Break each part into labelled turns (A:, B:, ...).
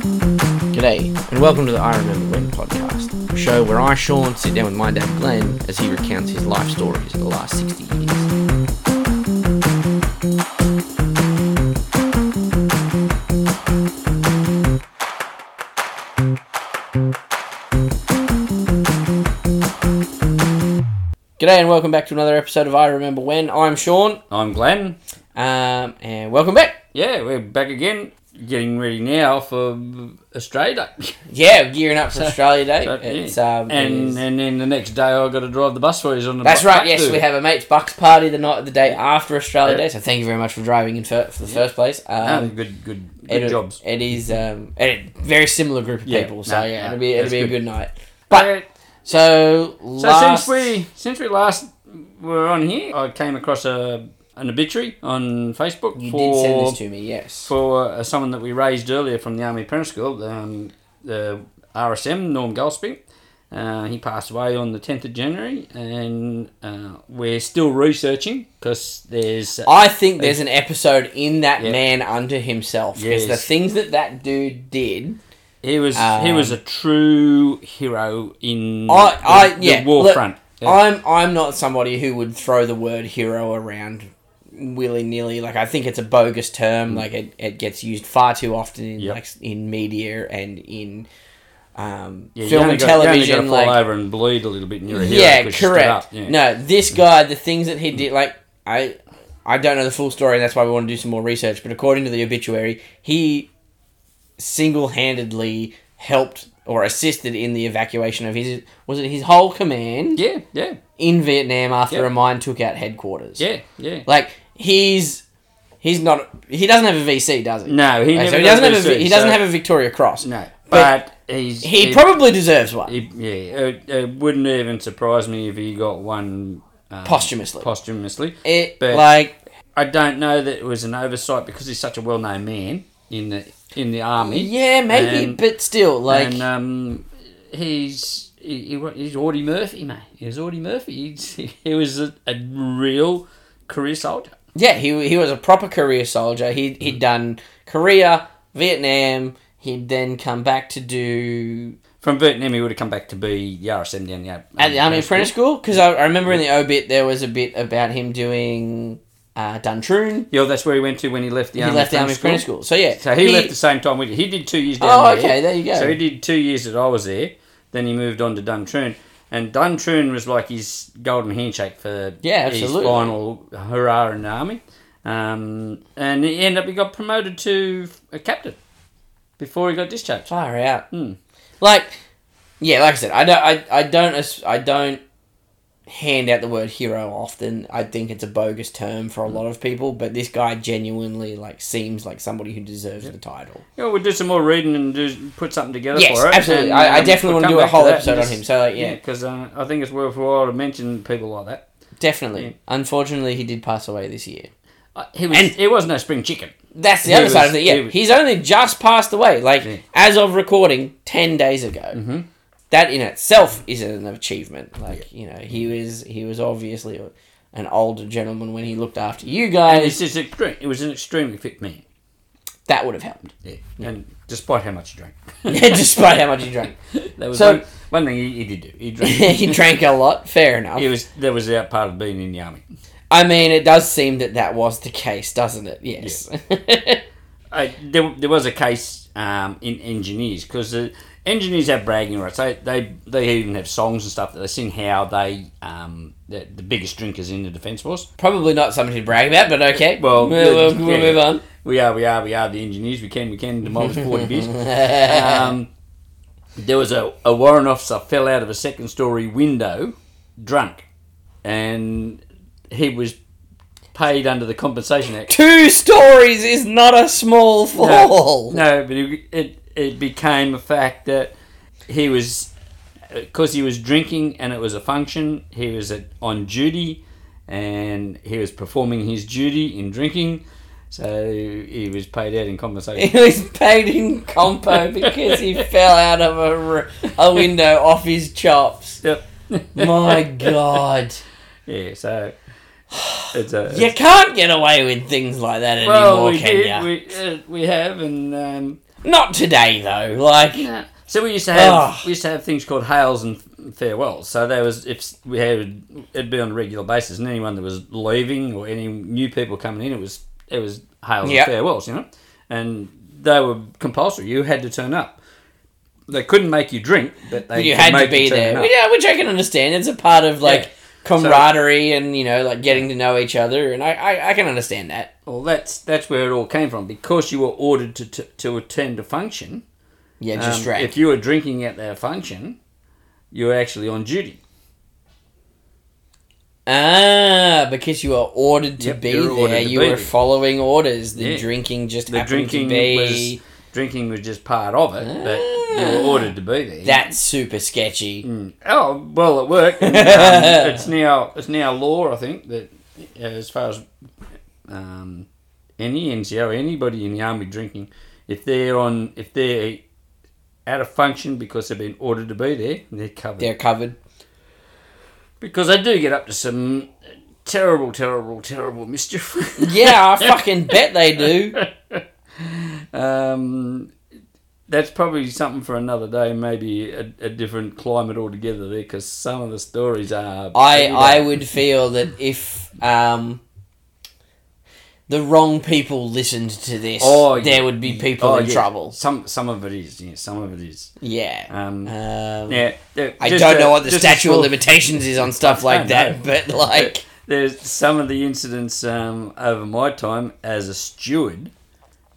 A: G'day, and welcome to the I Remember When podcast, a show where I, Sean, sit down with my dad, Glenn, as he recounts his life stories of the last 60 years. G'day, and welcome back to another episode of I Remember When. I'm Sean,
B: I'm Glenn.
A: um, and welcome back.
B: Yeah, we're back again, getting ready now for Australia Day.
A: Yeah, gearing up for Australia Day.
B: So, yeah.
A: It's, um, it
B: and
A: is-
B: and then the next day I got to drive the bus for you on the.
A: That's
B: bus
A: right.
B: back
A: Yes,
B: to-
A: we have a mates bucks party the night the day after Australia
B: Yeah.
A: Day. So thank you very much for driving in for, for the first place.
B: Ah,
A: Um,
B: good, good, good
A: it,
B: jobs.
A: It is um, a very similar group of
B: Yeah,
A: people. So
B: no,
A: yeah,
B: no,
A: it'll be it'll
B: that's
A: be a good
B: good.
A: night. But
B: Uh,
A: so
B: so
A: last
B: since we since we last were on here, I came across a an obituary on Facebook
A: you
B: for
A: did send this to me, yes.
B: for uh, someone that we raised earlier from the Army Parent School, um, the RSM Norm Gillespie. Uh, he passed away on the 10th of January, and uh, we're still researching because there's
A: I think there's an episode in that
B: Yeah.
A: man unto himself because the
B: Yes.
A: things that that dude did.
B: he was he was a true hero in
A: Um, I, I,
B: the,
A: yeah.
B: the war
A: look,
B: front. Yeah.
A: I'm, I'm not somebody who would throw the word hero around willy nilly. Like, I think it's a bogus term. Like, it, it gets used far too often in
B: Mm. Yep.
A: like in media and in um,
B: Yeah, you
A: film
B: only
A: and
B: got- You
A: television.
B: only got to fall
A: Like,
B: over and bleed a little bit, and you're a hero.
A: yeah,
B: 'cause you stood
A: correct.
B: up, yeah. Mm.
A: No, this guy, the things that he did, like, I, I don't know the full story, and that's why we want to do some more research. But according to the obituary, he single-handedly helped or assisted in the evacuation of his was it his whole command
B: Yeah, yeah,
A: in Vietnam after
B: Yeah.
A: a mine took out headquarters.
B: yeah, yeah.
A: Like he's he's not he doesn't have a VC, does he?
B: no,
A: Okay,
B: he, never
A: so he
B: got
A: doesn't have a,
B: pursued,
A: V- he doesn't
B: so-
A: have a Victoria Cross.
B: no,
A: but
B: but, he's
A: He, probably deserves one.
B: It, yeah, it, it wouldn't even surprise me if he got one um,
A: Posthumously.
B: Posthumously,
A: it,
B: but-
A: like
B: I don't know that it was an oversight because he's such a well-known man in the in the army.
A: yeah, maybe,
B: And-
A: but still, like
B: and um, he's he, he wa- he's Audie Murphy, mate. He was Audie Murphy. He's, he was a, a real career soldier.
A: yeah, he he was a proper career soldier. He
B: Mm.
A: he'd done Korea, Vietnam. He'd then come back to do
B: From Vietnam, he would have come back to be the RSM down the uh, Ar-
A: at the Army Apprentice School because I, I remember in the obit there was a bit about him doing uh, Duntroon.
B: Yeah, that's where he went to when he left the
A: He
B: army.
A: left the Army
B: Apprentice
A: Apprentice School. So yeah,
B: So he, left the same time with you. He did two years down
A: Oh,
B: there.
A: okay, there you go.
B: So he did two years that I was there. Then he moved on to Duntroon. And Duntroon was like his golden handshake for
A: Yeah,
B: his
A: absolutely.
B: final hurrah in the army. Um, and he ended up, he got promoted to a captain before he got discharged.
A: Far out.
B: Hmm.
A: Like, yeah, like I said, I don't, I, I don't, as- I don't hand out the word hero often. I think it's a bogus term
B: Hmm.
A: for a lot of people, but this guy genuinely like seems like somebody who deserves the title.
B: Yeah, we'll do some more reading and do, put something together
A: Yes,
B: for it.
A: absolutely.
B: And,
A: I- I
B: um,
A: definitely
B: we'll
A: wanna
B: come
A: do a
B: back to
A: whole
B: that
A: episode
B: and
A: on him, so, like, yeah.
B: because uh, I think it's worthwhile to mention people like that.
A: Definitely.
B: Yeah.
A: Unfortunately, he did pass away this year.
B: Uh, he was,
A: And-
B: he was no spring chicken.
A: That's the
B: He
A: other
B: was-
A: side of it. Yeah,
B: he was-
A: he's only just passed away. Like
B: Yeah. Mm-hmm.
A: as of recording, ten days ago. That in itself is an achievement. Like you know, he was he was obviously an older gentleman when he looked after you
B: And
A: guys.
B: it's just extreme. It was an extremely fit man.
A: That would have helped,
B: Yeah. And despite how much he drank.
A: Yeah, despite how much he drank.
B: that was
A: So-
B: one, one thing he, he did do. He drank.
A: he drank a lot. Fair enough.
B: He was that was out part of being in the army.
A: I mean, it does seem that that was the case, doesn't it? Yes.
B: Uh, there, there was a case um, in engineers because the engineers have bragging rights. They, they they even have songs and stuff that they sing how they um the, the biggest drinkers in the defence force.
A: Probably not something to brag about, but okay.
B: Well,
A: we'll, we'll-
B: yeah.
A: we'll move on.
B: We are we are we are the engineers. We can we can demolish forty beers. Um, there was a, a warrant officer fell out of a second story window, drunk, and he was paid under the compensation act.
A: Two stories is not a small
B: No,
A: fall.
B: No, but it, it it became a fact that he was because he was drinking and it was a function. He was at, on duty, and he was performing his duty in drinking. So he was paid out in compensation.
A: He was paid in compo because he fell out of a, r- a window off his chops.
B: yep.
A: My God.
B: Yeah, so it's a.
A: You can't get away with things like that anymore,
B: well, we
A: can
B: did.
A: you?
B: We, uh, we have, and um,
A: Not today, though. Like,
B: yeah. so we used to have
A: Ugh.
B: we used to have things called hails and farewells. So there was if we had it'd be on a regular basis, and anyone that was leaving or any new people coming in, it was it was hails
A: Yep.
B: and farewells, you know, and they were compulsory. You had to turn up. They couldn't make you drink, but they
A: you
B: could
A: had to
B: make
A: be
B: turn
A: there.
B: up.
A: Yeah, which I can understand. It's a part of, like,
B: Yeah.
A: camaraderie and, you know, like getting to know each other. And I, I, I can understand that.
B: Well, that's that's where it all came from because you were ordered to to, to attend a function.
A: Yeah, just
B: um,
A: right.
B: If you were drinking at that function, you were actually on duty.
A: Ah, because you were ordered to
B: Yep,
A: be
B: you were ordered
A: there,
B: to
A: you
B: be
A: were
B: there.
A: following orders. The
B: Yeah.
A: drinking just
B: The
A: happened
B: drinking
A: to be. Ah.
B: was drinking was just part of it, but you were ordered to be there.
A: That's super sketchy.
B: Mm. oh well, it worked. Um, it's now it's now law, I think, that uh, as far as um, any NCO, anybody in the army drinking, if they're on if they're out of function because they've been ordered to be there, they're covered.
A: They're covered.
B: Because they do get up to some terrible, terrible, terrible mischief.
A: Yeah, I fucking bet they do.
B: um, that's probably something for another day, maybe a, a different climate altogether there, because some of the stories are.
A: I
B: pretty
A: I
B: bad.
A: would feel that if um the wrong people listened to this,
B: Oh,
A: there
B: yeah.
A: would be people
B: Oh,
A: in
B: yeah.
A: trouble.
B: Some some of it is, yeah, some of it is.
A: Yeah.
B: Um,
A: Um,
B: yeah, there-
A: I
B: just
A: don't
B: a-
A: know what the
B: just a
A: statute of
B: small-
A: limitations is on stuff
B: I
A: like
B: know.
A: that, but like,
B: There's some of the incidents um, over my time as a steward,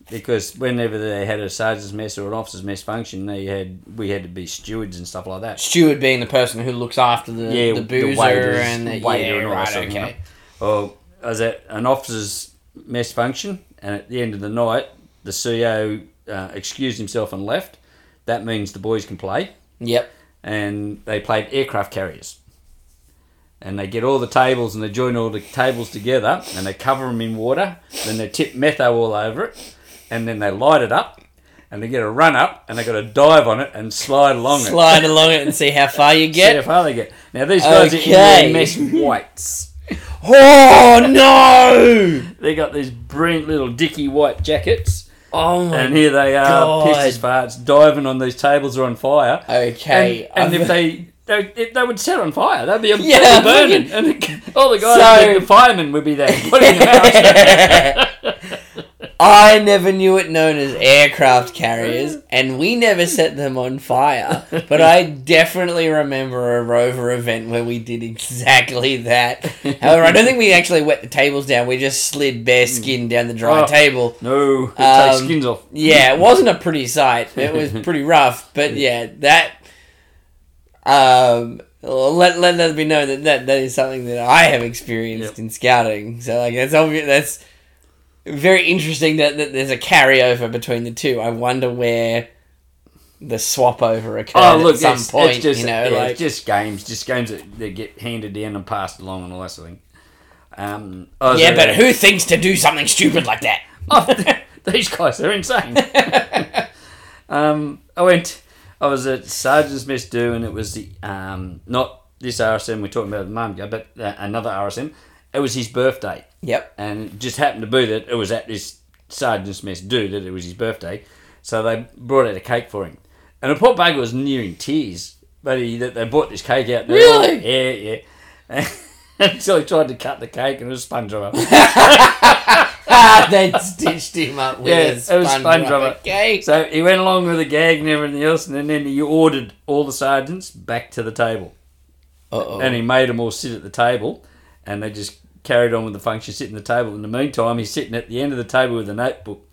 B: because whenever they had a sergeant's mess or an officer's mess function, they had we had to be stewards and stuff like that.
A: steward being the person who looks after the
B: yeah,
A: the boozer
B: waiters,
A: and the
B: waiter
A: yeah,
B: and all that
A: right,
B: stuff, you know.
A: okay.
B: Well, I was at an officer's mess function, and at the end of the night, the CO uh, excused himself and left. That means the boys can play,
A: Yep.
B: and they played aircraft carriers. And they get all the tables and they join all the tables together and they cover them in water. Then they tip metho all over it, and then they light it up, and they get a run up and they got to dive on it and slide along it.
A: Slide along it and see how far you
B: See how
A: get.
B: far they get. Now these guys are in their
A: Okay.
B: mess whites.
A: Oh no!
B: They got these brilliant little dicky white jackets,
A: Oh my.
B: and here they are,
A: God.
B: pissed as farts, diving on these tables are on fire.
A: okay.
B: and, and
A: I've-
B: if they, they if they would set on fire, they'd be on
A: Yeah,
B: they'd be burning, and the- all the guys,
A: So-
B: the, the firemen, would be there putting them out.
A: I never knew it known as aircraft carriers, and we never set them on fire. But I definitely remember a rover event where we did exactly that. However, I don't think we actually wet the tables down. We just slid bare skin down the dry
B: Oh.
A: table.
B: No, it
A: Um,
B: takes skins off.
A: Yeah, it wasn't a pretty sight. It was pretty rough, but yeah, that. Um, let let that be known that, that that is something that I have experienced
B: Yep.
A: in scouting. So like that's obvious. That's very interesting that, that there's a carryover between the two. I wonder where the swap over occurred
B: Oh look,
A: at some
B: it's,
A: point.
B: it's just
A: you know,
B: yeah,
A: like
B: it's just games, just games that, that get handed down and passed along and all that sort of thing. Um, I was
A: yeah,
B: at
A: but
B: a-
A: who thinks to do something stupid like that?
B: oh, these guys are insane. um, I went. I was at Sergeant's Mess Do, and it was the um, not this RSM we're talking about at the moment, yeah, but uh, another RSM. It was his birthday,
A: Yep.
B: and it just happened to be that it was at this Sergeant's Mess Do that it was his birthday, so they brought out a cake for him, and the poor bugger was near in tears. But he, that they brought this cake out. and they-
A: Really?
B: Yeah, yeah. Until he tried to cut the cake, and it was sponge rubber.
A: Ah, they stitched him up with
B: Yeah,
A: a
B: it was sponge rubber.
A: Okay.
B: So he went along with the gag and everything else, and then he ordered all the sergeants back to the table, and
A: Uh-oh.
B: he made them all sit at the table, and they just carried on with the function, sitting at the table. In the meantime, he's sitting at the end of the table with a notebook,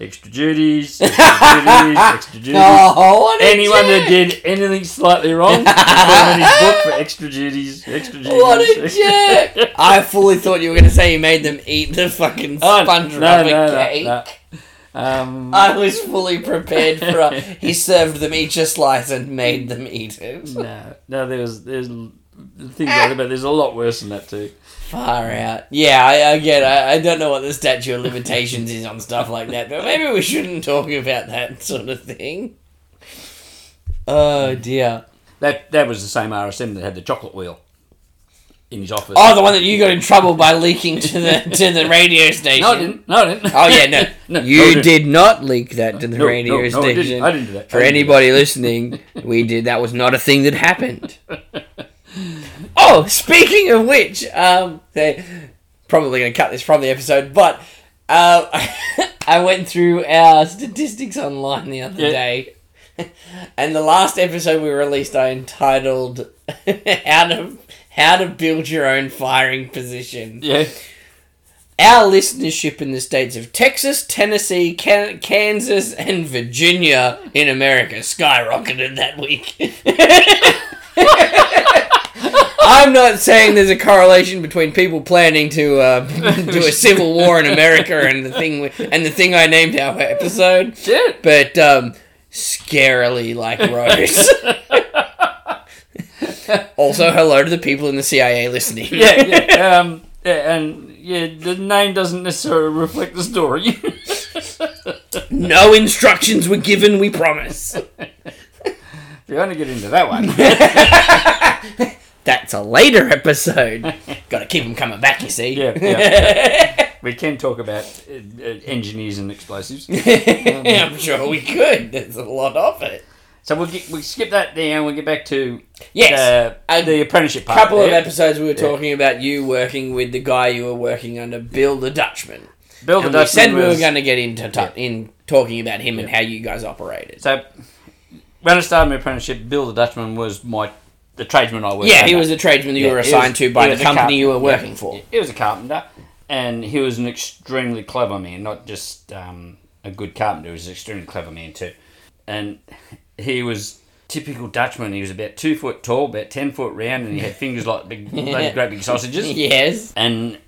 B: extra duties, extra duties, extra duties.
A: Oh, what a
B: Anyone
A: jerk.
B: that did anything slightly wrong, he put them in his book for extra duties, extra duties.
A: What a jerk! I fully thought you were going to say you made them eat the fucking
B: Oh,
A: sponge
B: no,
A: rubber
B: no, no,
A: cake.
B: no. Um,
A: I was fully prepared for a, he served them each a slice and made them eat it.
B: no, no, there's there's things like that, but there's a lot worse than that too.
A: Far out. Yeah, I, again, I, I don't know what the statute of limitations is on stuff like that, but maybe we shouldn't talk about that sort of thing. Oh dear.
B: That that was the same RSM that had the chocolate wheel in his office.
A: Oh, the one that you got in trouble by leaking to the to the radio station.
B: no, I didn't. No, I didn't.
A: Oh yeah, no.
B: I
A: you
B: didn't.
A: did not leak that to the
B: No, no,
A: radio
B: no, I
A: station.
B: didn't. I didn't do that.
A: For
B: I didn't do
A: anybody listening, we did that was not a thing that happened. oh, speaking of which, um, they're probably going to cut this from the episode, but uh, I went through our statistics online the other
B: Yeah.
A: day, and the last episode we released, I entitled "How to How to Build Your Own Firing Position."
B: Yeah.
A: Our listenership in the states of Texas, Tennessee, Can- Kansas, and Virginia in America skyrocketed that week. I'm not saying there's a correlation between people planning to uh, do a civil war in America and the thing we- and the thing I named our episode,
B: Shit.
A: but um, scarily like rose. also, hello to the people in the CIA listening.
B: Yeah, yeah. Um, yeah, and yeah, the name doesn't necessarily reflect the story.
A: No instructions were given, we promise.
B: If you want to get into that one.
A: That's a later episode. Gotta keep them coming back, you see.
B: Yeah, yeah. we can talk about uh, uh, engineers and explosives.
A: I'm sure we could. There's a lot of it.
B: So we'll, get, we'll skip that there and we'll get back to
A: Yes.
B: uh, the apprenticeship
A: A
B: part.
A: couple of
B: there.
A: episodes we were talking about you working with the guy you were working under, Bill the Dutchman.
B: Bill the
A: And we said
B: Dutchman
A: we were
B: was-
A: going to get into t- in talking about him and how you guys operated.
B: So when I started my apprenticeship, Bill the Dutchman was my the tradesman I worked.
A: Yeah, he
B: under.
A: was the tradesman that you
B: Yeah,
A: were
B: he
A: assigned
B: was-
A: to
B: he
A: by
B: was
A: the
B: a
A: company you were
B: carpenter.
A: working for.
B: He was a carpenter, and he was an extremely clever man. Not just um, a good carpenter; he was an extremely clever man too. And he was typical Dutchman. He was about two foot tall, about ten foot round, and he had fingers like big, bloody great big sausages.
A: Yes.
B: And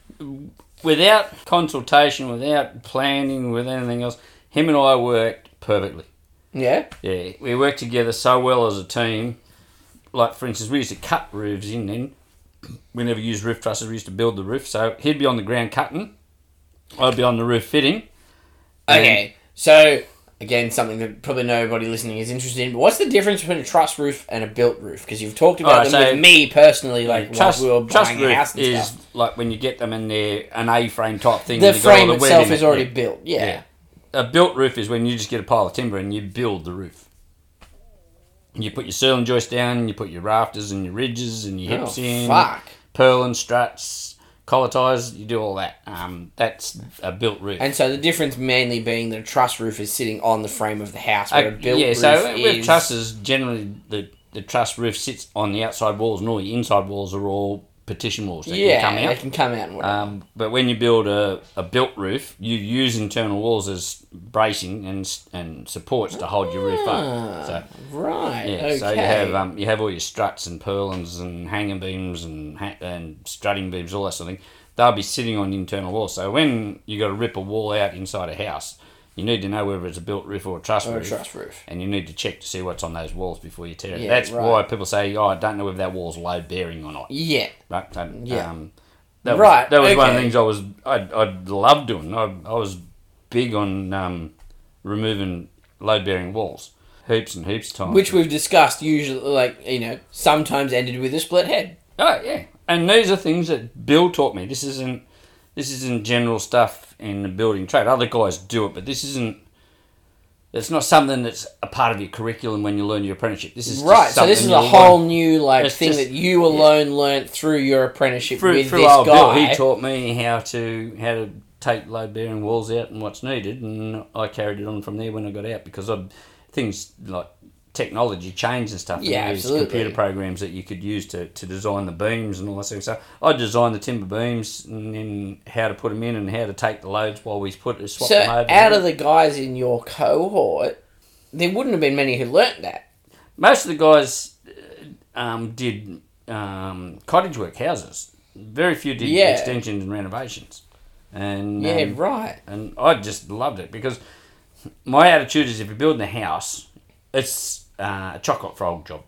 B: without consultation, without planning, with anything else, him and I worked perfectly.
A: Yeah.
B: Yeah, we worked together so well as a team. Like for instance, we used to cut roofs in. Then we never used roof trusses. We used to build the roof. So he'd be on the ground cutting, I'd be on the roof fitting.
A: Okay, so again, something that probably nobody listening is interested in. But what's the difference between a truss roof and a built roof? Because you've talked about
B: Alright,
A: them
B: so-
A: with me personally, like
B: Truss,
A: while we were
B: truss
A: buying a house
B: roof
A: and
B: is
A: stuff.
B: like when you get them in there, an A-frame type thing.
A: The
B: and you got all
A: frame
B: web
A: itself
B: in
A: is
B: it.
A: already
B: Yeah.
A: built. Yeah.
B: Yeah. A built roof is when you just get a pile of timber and you build the roof. You put your ceiling joists down, and you put your rafters and your ridges and your
A: Oh,
B: hips in.
A: fuck.
B: Pearl and struts, collar ties, you do all that. Um, that's a built roof.
A: And so the difference mainly being that a truss roof is sitting on the frame of the house, where a
B: Uh,
A: built
B: yeah,
A: roof
B: so with
A: is.
B: trusses, generally the, the truss roof sits on the outside walls and all the inside walls are all partition walls that
A: yeah,
B: can come
A: they
B: out.
A: can come out and whatever.
B: Um, but when you build a, a built roof, you use internal walls as bracing and s- and supports to hold your roof up.
A: Ah.
B: So
A: right.
B: yeah,
A: okay.
B: so you have um, you have all your struts and purlins and hanging beams and ha- and strutting beams, all that sort of thing. They'll be sitting on internal walls. So when you got to rip a wall out inside a house, you need to know whether it's a built roof or a truss
A: or a
B: roof.
A: truss roof.
B: And you need to check to see what's on those walls before you tear it.
A: Yeah,
B: That's
A: right.
B: why people say, "Oh, I don't know whether that wall's load bearing or not."
A: Yeah.
B: Right. That,
A: Yeah.
B: Um, that
A: Right,
B: Was, that was one of the
A: okay.
B: things I was I I loved doing. I, I was big on um, removing load bearing walls, heaps and heaps of times.
A: Which we've discussed usually, like, you know, sometimes ended with a split head.
B: oh yeah, and these are things that Bill taught me. This isn't this isn't general stuff in the building trade. Other guys do it, but this isn't. It's not something that's a part of your curriculum when you learn your apprenticeship. This is just
A: Right, so this
B: something
A: is
B: you
A: a
B: learn
A: whole new like
B: It's
A: thing
B: just-
A: that you alone learnt through your apprenticeship
B: through,
A: with
B: through
A: this
B: old Bill.
A: guy.
B: He taught me how to how to take load bearing walls out and what's needed, and I carried it on from there when I got out because I things like technology changed and stuff. and
A: Yeah,
B: there was
A: absolutely.
B: Computer programs that you could use to, to design the beams and all that sort of stuff. I designed the timber beams and then how to put them in and how to take the loads while we put it, swap
A: so
B: them over.
A: out of the guys in your cohort, there wouldn't have been many who learnt that.
B: most of the guys uh, um, did um, cottage work houses. Very few did
A: Yeah.
B: extensions and renovations. And
A: Yeah,
B: um,
A: right.
B: and I just loved it because my attitude is if you're building a house, it's uh, a chocolate frog job.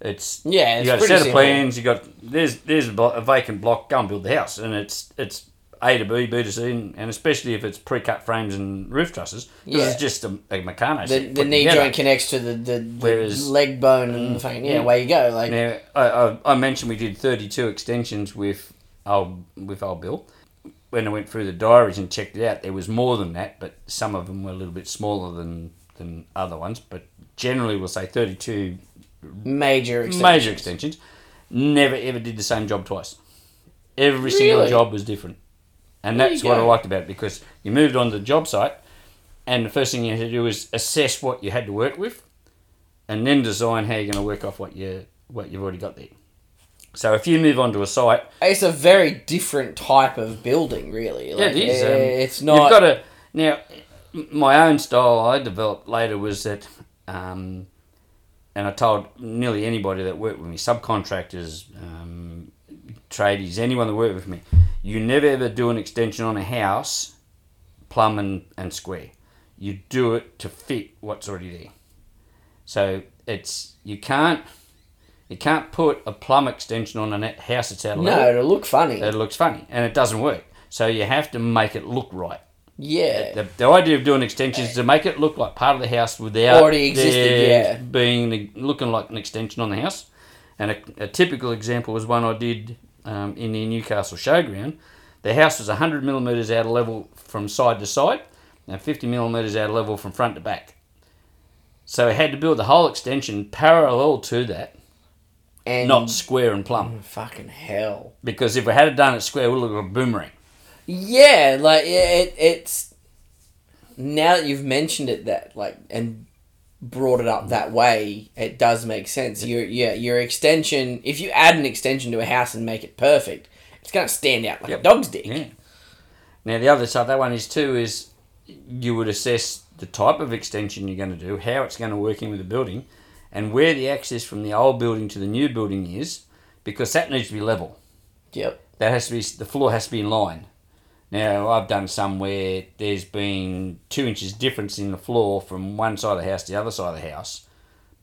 B: It's
A: Yeah, it's
B: you got a
A: pretty
B: set of
A: simple.
B: plans. You got there's there's a, blo- a vacant block. Go and build the house, and it's it's A to B, B to C, and, and especially if it's pre-cut frames and roof trusses, 'cause
A: Yeah.
B: it's just a, a mechanic.
A: The, the knee joint connects to the, the, the
B: Whereas- Mm.
A: leg bone and the thing. Yeah,
B: yeah.
A: away you go. Like
B: Now, I, I, I mentioned we did 32 extensions with old, with old Bill. When I went through the diaries and checked it out, there was more than that, but some of them were a little bit smaller than, than other ones. But generally, we'll say 32
A: major extension.
B: major extensions. Never ever did the same job twice. Every single
A: Really?
B: job was different. And
A: There
B: that's
A: you
B: what I
A: go.
B: liked about it because you moved on to the job site, and the first thing you had to do was assess what you had to work with, and then design how you're going to work off what you what you've already got there. So if you move on to a site,
A: It's a very different type of building, really. Like, eh,
B: it is. um,
A: it's not.
B: You've got to now. m- My own style I developed later was that, um, and I told nearly anybody that worked with me, subcontractors, um, tradies, anyone that worked with me, you never ever do an extension on a house, plumb and, and square. You do it to fit what's already there. So it's you can't you can't put a plumb extension on a net- house that's out of
A: no,
B: level.
A: it'll look funny.
B: It looks funny and it doesn't work. So you have to make it look right.
A: yeah.
B: The, the idea of doing extensions is to make it look like part of the house without
A: Already existed,
B: there
A: yeah.
B: being looking like an extension on the house. And a, a typical example was one I did um, in the Newcastle Showground. The house was 100 millimetres out of level from side to side and 50 millimetres out of level from front to back. So I had to build the whole extension parallel to that,
A: and
B: not square and plumb.
A: fucking hell.
B: Because if we had it done at square, it would look like a boomerang.
A: Yeah, like yeah, it, it's now that you've mentioned it that like and brought it up that way, it does make sense. Your yeah, your extension. If you add an extension to a house and make it perfect, it's gonna stand out like a
B: Yep.
A: dog's dick.
B: Yeah. Now the other side, that one is too, is you would assess the type of extension you're going to do, how it's going to work in with the building, and where the access from the old building to the new building is, because that needs to be level.
A: Yep.
B: That has to be the floor has to be in line. Now I've done some where there's been two inches difference in the floor from one side of the house to the other side of the house,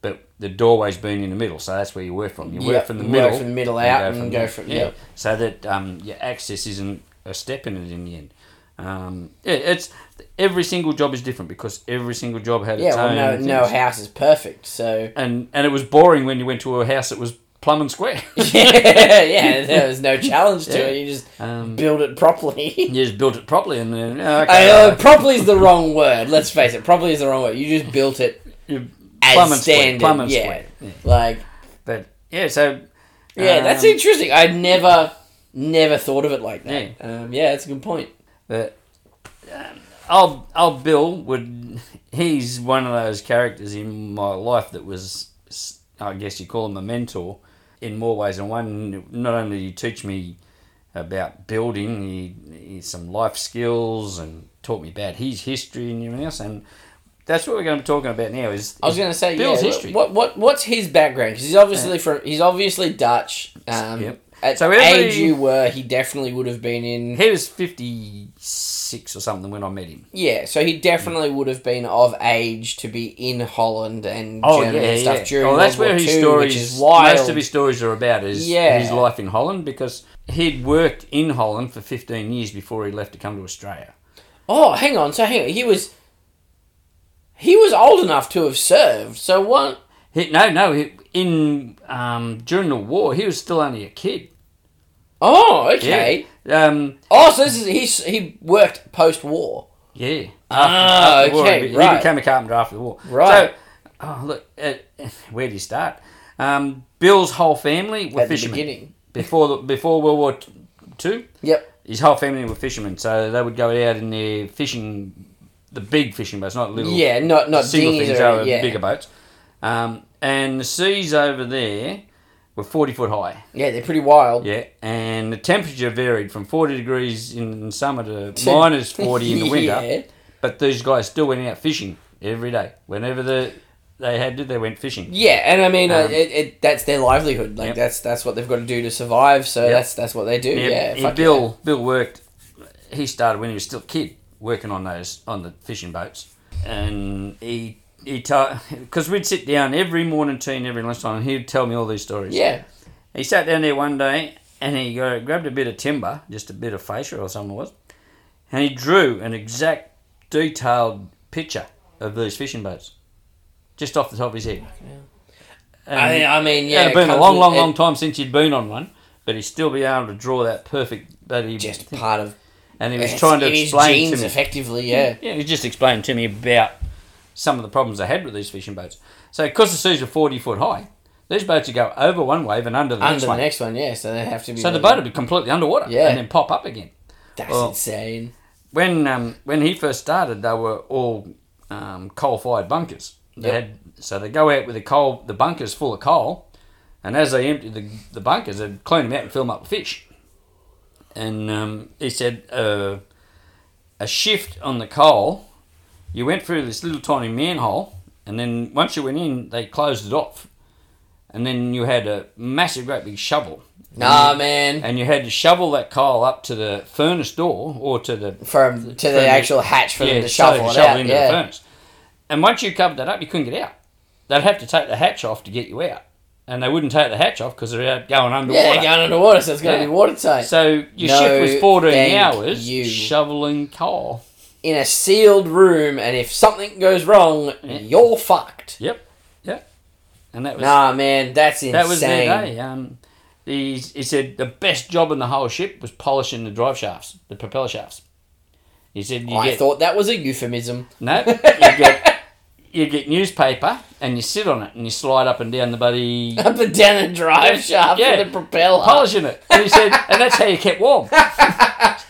B: but the doorway's been in the middle, so that's where you work from. You work
A: Yep,
B: from the
A: work
B: middle,
A: from the middle out and go
B: there.
A: from-
B: yeah.
A: yep.
B: So that um, your access isn't a step in it in the end. Um, yeah, it's every single job is different because every single job had
A: Yeah.
B: its own.
A: Well, no, no
B: things.
A: house is perfect. So
B: and and it was boring when you went to a house that was plumb and square.
A: yeah, yeah, there was no challenge to it. You just
B: Um,
A: build it properly.
B: you just built it properly, and then oh, okay,
A: I,
B: uh,
A: uh, properly is the wrong word. Let's face it, properly is the wrong word. You just built it
B: you
A: as
B: plumb and square,
A: standard.
B: plumb and
A: yeah.
B: square. Yeah.
A: Like
B: But yeah, so
A: Yeah, that's
B: um,
A: interesting. I never, never thought of it like that.
B: Yeah.
A: Yeah, um, yeah that's a good point.
B: But um, old old Bill would he's one of those characters in my life that was s- I guess you call him a mentor in more ways than one. Not only did he teach me about building, he, he some life skills and taught me about his history and everything else. And that's what we're going to be talking about now. Is
A: I was going to say,
B: Bill's
A: yeah,
B: history.
A: What, what, what's his background? Because he's obviously from, he's obviously Dutch. Um,
B: Yep.
A: At so
B: So every-
A: age you were, he definitely would have been in.
B: he was fifty six or something when I met him.
A: Yeah, so he definitely would have been of age to be in Holland and
B: Oh,
A: Germany and stuff during
B: Well, that's
A: World
B: where
A: War
B: his
A: II,
B: stories,
A: which is wild.
B: most of his stories are about is
A: Yeah.
B: his life in Holland because he'd worked in Holland for 15 years before he left to come to Australia.
A: Oh, hang on. So hang on. He was, he was old enough to have served. So what?
B: He, no, no, he, in um, during the war he was still only a kid.
A: Oh, okay.
B: Yeah. Um,
A: Oh, so this is he. He worked post war.
B: Yeah.
A: Ah,
B: After the war,
A: okay,
B: he be- He
A: right.
B: became a carpenter after the war.
A: Right.
B: So, oh, look, uh, where do you start? Um, Bill's whole family were
A: At the
B: fishermen.
A: beginning.
B: Before, the, before World War Two.
A: Yep.
B: His whole family were fishermen, so they would go out in their fishing, the big fishing boats, not little
A: Yeah, not not
B: single
A: dinghies
B: things,
A: or
B: they were
A: yeah.
B: bigger boats. Um, and the seas over there were 40 foot high.
A: Yeah, they're pretty wild.
B: Yeah, and the temperature varied from 40 degrees in summer to minus 40 in the winter.
A: Yeah.
B: But these guys still went out fishing every day. Whenever the, they had to, they went fishing.
A: Yeah, and I mean, uh,
B: Um,
A: it, it, that's their livelihood. Like
B: Yep.
A: that's that's what they've got to do to survive. So
B: Yep.
A: that's that's what they do. Yeah,
B: he-
A: fuck
B: Bill Bill worked. He started when he was still a kid, working on those on the fishing boats, and he he told because we'd sit down every morning tea and every lunchtime, and he'd tell me all these stories.
A: yeah.
B: He sat down there one day and he gra- grabbed a bit of timber, just a bit of fascia or something it was, and he drew an exact detailed picture of these fishing boats, just off the top of his head. And
A: I mean, I mean, yeah,
B: it'd been a
A: comes
B: long,
A: with-
B: long,
A: it-
B: long time since you'd been on one, but he'd still be able to draw that perfect bloody
A: Just
B: thing.
A: part of
B: And he was
A: it's
B: trying to
A: in his
B: explain to
A: genes,
B: me.
A: effectively. Yeah,
B: Yeah, he just explained to me about some of the problems they had with these fishing boats. So, because the seas are 40 foot high, these boats would go over one wave and under the
A: under
B: next
A: the
B: one.
A: next one. Yeah, so they have to be.
B: so, the boat would be completely underwater
A: Yeah.
B: and then pop up again.
A: That's
B: well-
A: insane.
B: When um, when he first started, they were all um, coal fired bunkers. They
A: Yep.
B: had, so, they go out with the coal, the bunkers full of coal, and as they emptied the, the bunkers, they'd clean them out and fill them up with fish. And um, he said, uh, a shift on the coal, you went through this little tiny manhole, and then once you went in, they closed it off. And then you had a massive, great big shovel.
A: Nah, man.
B: And you had to shovel that coal up to the furnace door or to the
A: From to the
B: the-
A: actual hatch for them to
B: so
A: shovel it
B: shovel
A: out.
B: into the
A: Yeah,
B: furnace. And once you covered that up, you couldn't get out. They'd have to take the hatch off to get you out, and they wouldn't take the hatch off because they're out going underwater.
A: yeah, going underwater, so it's gonna
B: Yeah.
A: be watertight.
B: So your
A: No,
B: shift was fourteen
A: thank
B: hours
A: you.
B: shoveling coal.
A: in a sealed room, and if something goes wrong, you're fucked.
B: Yep, yep. And that was
A: Nah, man, that's insane.
B: that was their day. Um, he, he said the best job in the whole ship was polishing the drive shafts, the propeller shafts. He said you
A: Oh, I
B: get
A: thought that was a euphemism.
B: No, you get you get newspaper and you sit on it and you slide up and down the buddy
A: Up and down the drive
B: Yeah,
A: shaft
B: yeah.
A: with a propeller.
B: polishing it. And he said, and that's how you kept warm.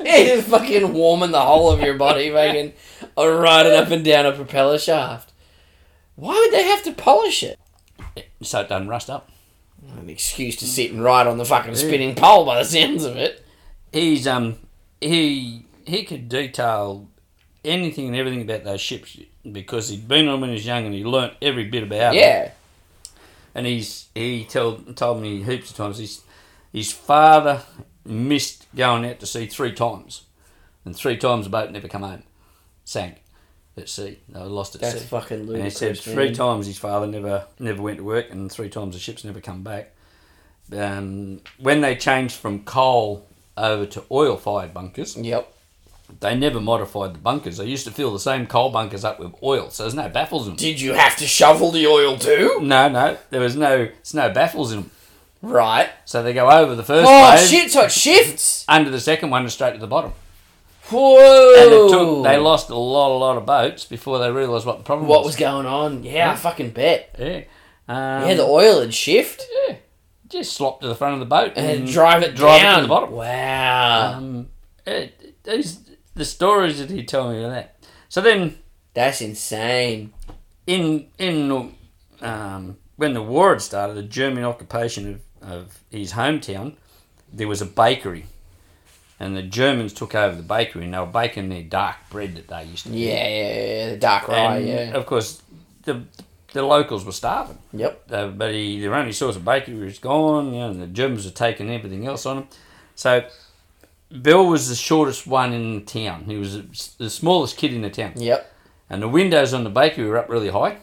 A: Yeah, just fucking warming the whole of your body, fucking riding up and down a propeller shaft. Why would they have to polish it?
B: So it doesn't rust up.
A: An excuse to sit and ride on the fucking spinning pole by the sounds of it.
B: He's um he he could detail anything and everything about those ships because he'd been on when he was young and he learnt every bit about it.
A: Yeah.
B: and he's he told told me heaps of times his his father missed going out to sea three times, and three times the boat never come home, sank at sea. They were lost at
A: That's
B: sea.
A: fucking
B: and he
A: ludicrous.
B: said three
A: man.
B: times his father never never went to work, and three times the ships never come back. Um, when they changed from coal over to oil fired bunkers,
A: Yep.
B: they never modified the bunkers. They used to fill the same coal bunkers up with oil, so there's no baffles in them.
A: Did you have to shovel the oil too?
B: No, no, there was no, there's no baffles in them.
A: Right.
B: So they go over the first
A: Oh
B: wave,
A: shit! So it shifts.
B: under the second one, and straight to the bottom.
A: Whoa.
B: And it took, they lost a lot, a lot of boats before they realised what the problem
A: what was
B: was.
A: going on? Yeah, I fucking bet.
B: Yeah. Um,
A: yeah, the oil had shift
B: yeah. Just slop to the front of the boat
A: and drive it
B: drive it to
A: down.
B: the bottom.
A: Wow.
B: Um, it, those, the stories that he told me of that. So then,
A: That's insane.
B: in in um, when the war had started, the German occupation of, of his hometown, there was a bakery, and the Germans took over the bakery and they were baking their dark bread that they used to. do.
A: Yeah, yeah, yeah. The dark rye,
B: and
A: yeah.
B: of course, the the locals were starving.
A: Yep.
B: They, but he, their only source of bakery was gone, you know, and the Germans were taking everything else on them. So Bill was the shortest one in the town. He was the smallest kid in the town.
A: Yep.
B: And the windows on the bakery were up really high.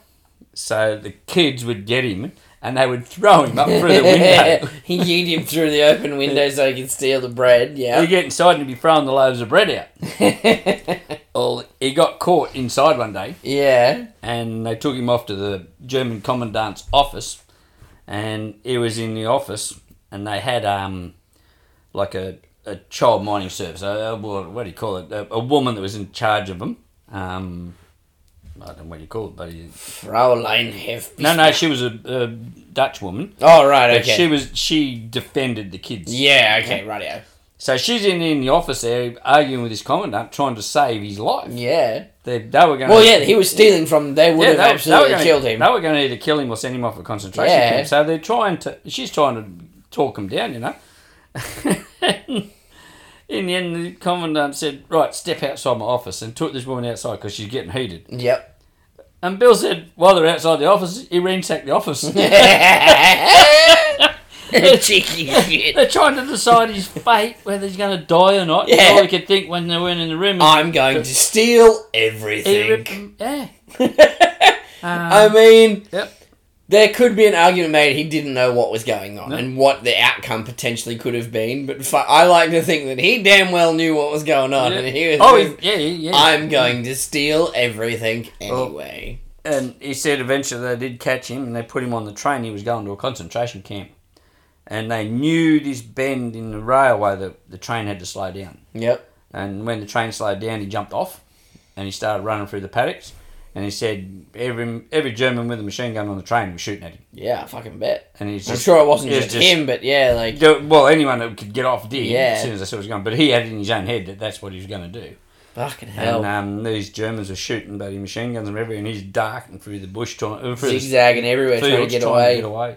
B: So the kids would get him and they would throw him up through the window.
A: he yeeted him through the open window so he could steal the bread.
B: He'd
A: Yeah.
B: get inside and he'd be throwing the loaves of bread out. Well, he got caught inside one day
A: yeah.
B: and they took him off to the German commandant's office, and he was in the office, and they had um, like a, a child mining service. Uh, what, what do you call it? A, a woman that was in charge of him. Um, I don't know what you call it, but he,
A: Fraulein Hef.
B: no, no, she was a, a Dutch woman.
A: Oh, right,
B: But
A: okay.
B: she was she defended the kids.
A: yeah, okay, radio.
B: So she's in, in the office there arguing with his commandant, trying to save his life.
A: Yeah.
B: They, they were going.
A: Well, yeah, he was stealing from. They would have
B: they- they
A: absolutely
B: were gonna,
A: killed him.
B: They were going to either kill him or send him off a concentration
A: Yeah.
B: camp. So they're trying to. She's trying to talk him down, you know. In the end, the commandant said, "Right, step outside my office," and took this woman outside because she's getting heated.
A: Yep.
B: And Bill said, while they're outside the office, he ransacked the office. they're
A: Cheeky shit.
B: trying to decide his fate, whether he's going to die or not.
A: Yeah.
B: All he could think when they weren't in the room. is,
A: I'm going to steal
B: he
A: everything.
B: ripped- yeah.
A: I mean,
B: Ah. Yep.
A: There could be an argument made he didn't know what was going on
B: No.
A: and what the outcome potentially could have been, but fu- I like to think that he damn well knew what was going on and he was.
B: oh,
A: just,
B: he- yeah, yeah, yeah.
A: I'm going to steal everything
B: Oh.
A: anyway.
B: and he said eventually they did catch him and they put him on the train. He was going to a concentration camp. And they knew this bend in the railway that the train had to slow down.
A: Yep.
B: And when the train slowed down, he jumped off and he started running through the paddocks. And he said every every German with a machine gun on the train was shooting at him.
A: Yeah, I fucking bet.
B: And he's
A: I'm
B: just,
A: sure it wasn't
B: he was
A: just, him, but yeah, like.
B: Yeah, Well, anyone that could get off did
A: Yeah.
B: as soon as they saw it was going. But he had it in his own head that that's what he was going to do.
A: Fucking hell.
B: And um, these Germans were shooting bloody machine guns and everything. And he's darting through the bush, trying, uh, through the
A: Zigzagging everywhere trying to
B: fields
A: get away.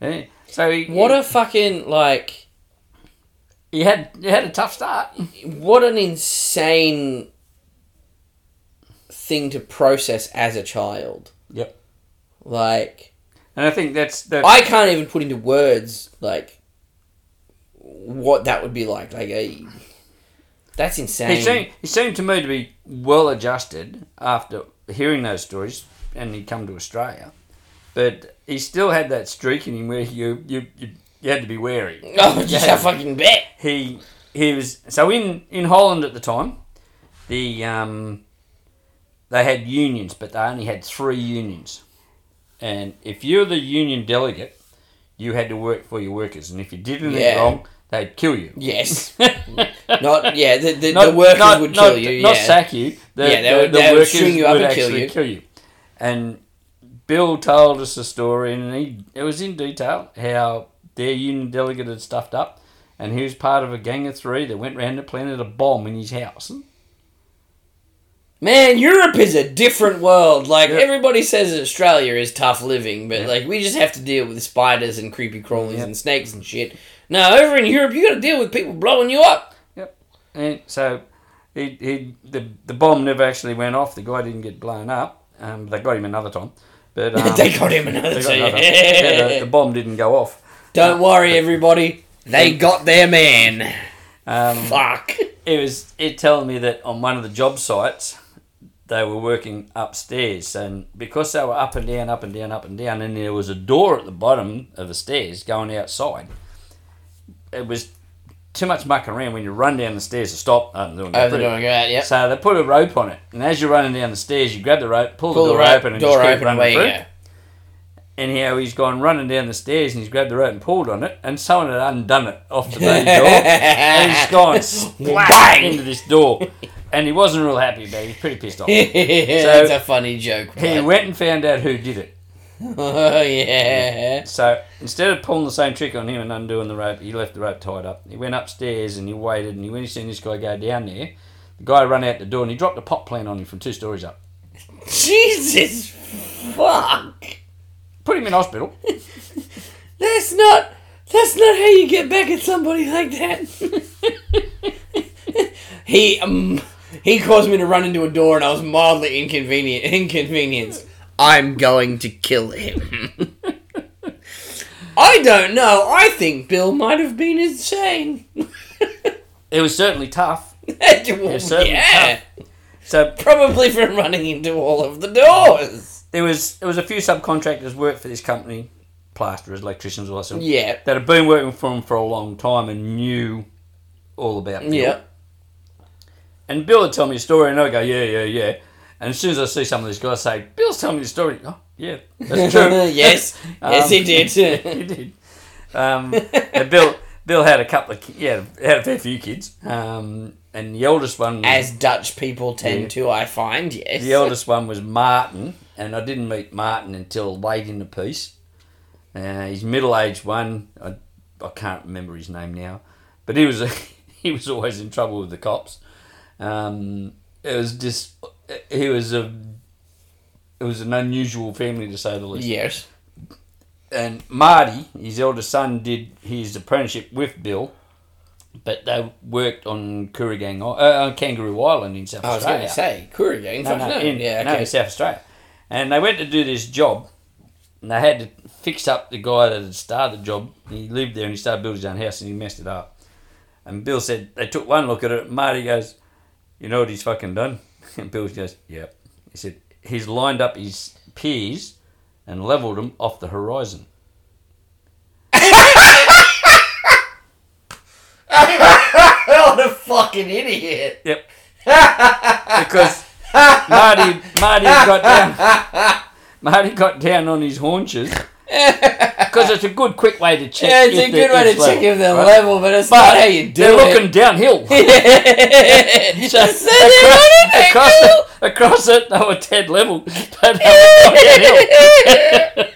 B: Yeah. So he,
A: What a fucking, like.
B: he had he had a tough start.
A: What an insane thing to process as a child.
B: Yep.
A: Like.
B: And I think that's that.
A: I can't even put into words like what that would be like. Like a, that's insane.
B: he seemed he seemed to me to be well adjusted after hearing those stories, and he'd come to Australia, but he still had that streak in him where you you you, you had to be wary.
A: oh, just
B: Yeah.
A: a fucking bet.
B: He he was so in in Holland at the time, the um. They had unions, but they only had three unions. And if you were the union delegate, you had to work for your workers. And if you did anything
A: Yeah.
B: wrong, they'd kill you.
A: Yes.
B: not,
A: Not yeah. The, the, the workers would kill
B: not-
A: you.
B: Not
A: yeah.
B: sack you. The,
A: Yeah, they
B: the-
A: would-
B: the
A: they would
B: workers
A: string you up
B: would
A: and kill
B: actually
A: you.
B: kill you. And Bill told us a story, and he, it was in detail how their union delegate had stuffed up, and he was part of a gang of three that went round and planted a bomb in his house.
A: Man, Europe is a different world. Like
B: Yeah.
A: everybody says, Australia is tough living, but like we just have to deal with spiders and creepy crawlies
B: Yeah.
A: and snakes and shit. Now over in Europe, you got to deal with people blowing you up.
B: And so he, he the, the bomb never actually went off. The guy didn't get blown up. Um, they got him another time. But um,
A: they got him another.
B: they got
A: time.
B: another- yeah, the, uh, the bomb didn't go off.
A: Don't worry, everybody. They got their man.
B: Um,
A: Fuck.
B: it was it telling me that on one of the job sites they were working upstairs and because they were up and down up and down up and down and there was a door at the bottom of the stairs going outside it was too much mucking around when you run down the stairs to stop oh, they're doing
A: Oh,
B: that.
A: they're doing that, yep.
B: so they put a rope on it and as you're running down the stairs you grab the rope pull,
A: Pull
B: the
A: the
B: door
A: rope,
B: open and
A: door
B: just keep
A: open,
B: running
A: away you
B: through
A: go.
B: and how he's gone running down the stairs and he's grabbed the rope and pulled on it, and someone had undone it off the bloody door, and he's gone splash into this door, and he wasn't real happy about it. He's pretty pissed off. He
A: That's a funny joke. right?
B: went and found out who did it.
A: oh, yeah.
B: So instead of pulling the same trick on him and undoing the rope, he left the rope tied up. He went upstairs and he waited, and he- when he seen this guy go down there, the guy ran out the door and he dropped a pot plant on him from two stories up.
A: Jesus fuck.
B: Put him in hospital.
A: That's not. That's not how you get back at somebody like that. he um, he caused me to run into a door, and I was mildly inconvenient. Inconvenienced. I'm going to kill him. I don't know. I think Bill might have been insane.
B: It was certainly tough. certainly
A: yeah,
B: So
A: probably from running into all of the doors.
B: there was there was a few subcontractors worked for this company, plasterers, electricians, all that sort of
A: Yeah,
B: that have been working for him for a long time and knew all about Bill.
A: yeah.
B: And Bill would tell me a story, and I would go, yeah, yeah, yeah. And as soon as I see some of these guys say, Bill's telling me the story, oh, yeah, that's true. Um,
A: yes, yes, he did.
B: he did. Um, and Bill, Bill had a couple of, ki- yeah, had a fair few kids. Um, and the oldest one was,
A: As Dutch people tend
B: Yeah.
A: to, I find yes.
B: the oldest one was Martin, and I didn't meet Martin until late in the piece. Uh, his middle-aged one, I, I can't remember his name now, but he was he was always in trouble with the cops. Um, it was just he was a it was an unusual family to say the least.
A: Yes.
B: And Marty, his eldest son, did his apprenticeship with Bill, but they worked on Kurigang uh, on Kangaroo Island in South
A: Oh, I was
B: Australia
A: going to say, Korea game.
B: no, no, in,
A: yeah,
B: no,
A: okay.
B: in South Australia. And they went to do this job, and they had to fix up the guy that had started the job. He lived there and he started building his own house, and he messed it up. And Bill said they took one look at it. Marty goes, "You know what he's fucking done?" And Bill goes, "Yep." He said he's lined up his peers and leveled them off the horizon.
A: what a fucking idiot.
B: Yep. because Marty Marty got down Marty got down on his haunches because it's a good quick way to check.
A: Yeah, it's
B: if
A: a
B: they're-
A: good way
B: if
A: to check if they're
B: right?
A: level, but it's not
B: But
A: how you do
B: they're
A: it.
B: looking downhill.
A: Yeah.
B: So
A: Just sitting on an
B: across,
A: angle.
B: across, across it, they were dead level, but they were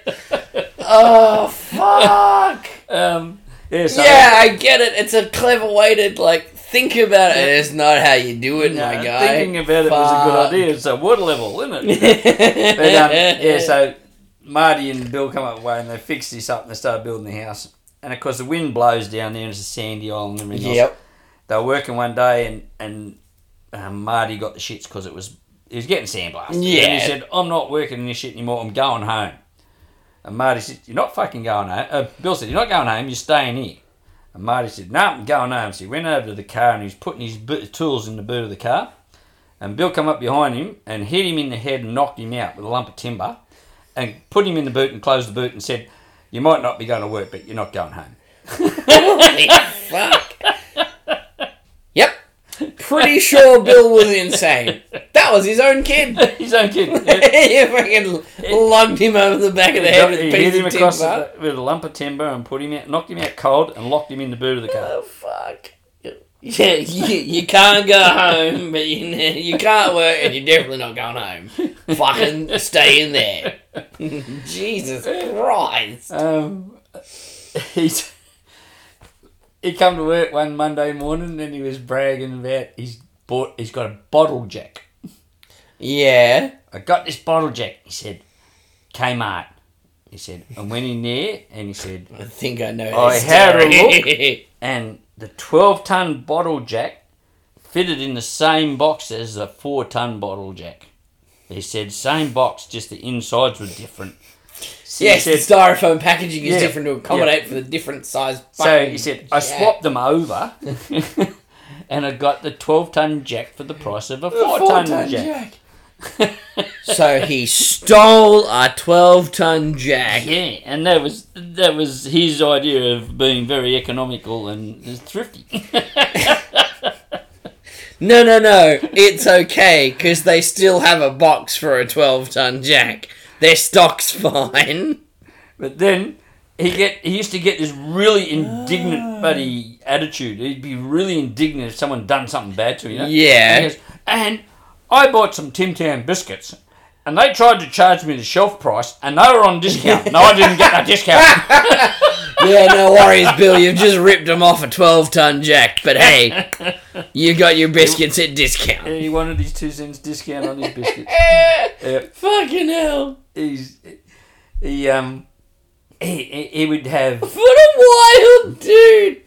B: downhill.
A: oh fuck!
B: um, yeah, so
A: yeah, I get it. It's a clever way to like think about it. It's not how you do it,
B: you know,
A: my guy.
B: thinking about it was a good idea. It's a water level, isn't it?
A: idea.
B: But um, yeah, so Marty and Bill come up away and they fix this up and they start building the house. And of course, the wind blows down there and it's a sandy island and everything else.
A: yep.
B: They were working one day and and um, Marty got the shits because it was he was getting sandblasted. And
A: Yeah.
B: he said, "I'm not working in this shit anymore. I'm going home." And Marty said, "You're not fucking going home." Uh, Bill said, "You're not going home. You're staying here." And Marty said, "No, I'm going home." So he went over to the car and he's putting his bo- tools in the boot of the car. And Bill come up behind him and hit him in the head and knocked him out with a lump of timber, and put him in the boot and closed the boot and said, "You might not be going to work, but you're not going home."
A: Holy fuck. Yep. Pretty sure Bill was insane. That was his own kid.
B: He's own kid. Yeah.
A: he fucking lugged him over the back of the
B: He
A: head
B: got-
A: with a
B: he
A: piece
B: hit him
A: of
B: across
A: timber.
B: the- with a lump of timber and put him out, knocked him out cold, and locked him in the boot of the car.
A: Oh fuck. Yeah, you, you can't go home, but you you can't work, and you're definitely not going home. Fucking stay in there. Jesus Christ.
B: Um, he's he come to work one Monday morning and he was bragging about he's bought he's got a bottle jack.
A: Yeah.
B: I got this bottle jack. He said, Kmart. He said, and went in there and he said,
A: I think I know.
B: I
A: this
B: had a
A: story.
B: and the twelve ton bottle jack fitted in the same box as the four ton bottle jack. He said same box, just the insides were different. So he
A: Yes,
B: said-
A: the styrofoam packaging is
B: Yeah.
A: different to accommodate for the different size.
B: so
A: fucking
B: he said I
A: jack.
B: swapped them over, and I got the twelve ton jack for the price of a
A: A
B: four ton jack.
A: so he stole a twelve-ton jack.
B: Yeah, and that was that was his idea of being very economical and thrifty.
A: No, no, no. It's okay because they still have a box for a twelve-ton jack. Their stock's fine.
B: But then he get he used to get this really
A: Ah.
B: indignant buddy attitude. He'd be really indignant if someone done something bad to him. You know?
A: Yeah.
B: And, he goes, and I bought some Tim Tam biscuits, and they tried to charge me the shelf price, and they were on discount. no, I didn't get that discount.
A: Yeah, no worries, Bill. You've just ripped them off a twelve-ton jack. But hey, you got your biscuits at discount.
B: And he wanted his two cents discount on his biscuits. Yep.
A: Fucking hell!
B: He's he um. He, he, he would have
A: What a wild dude.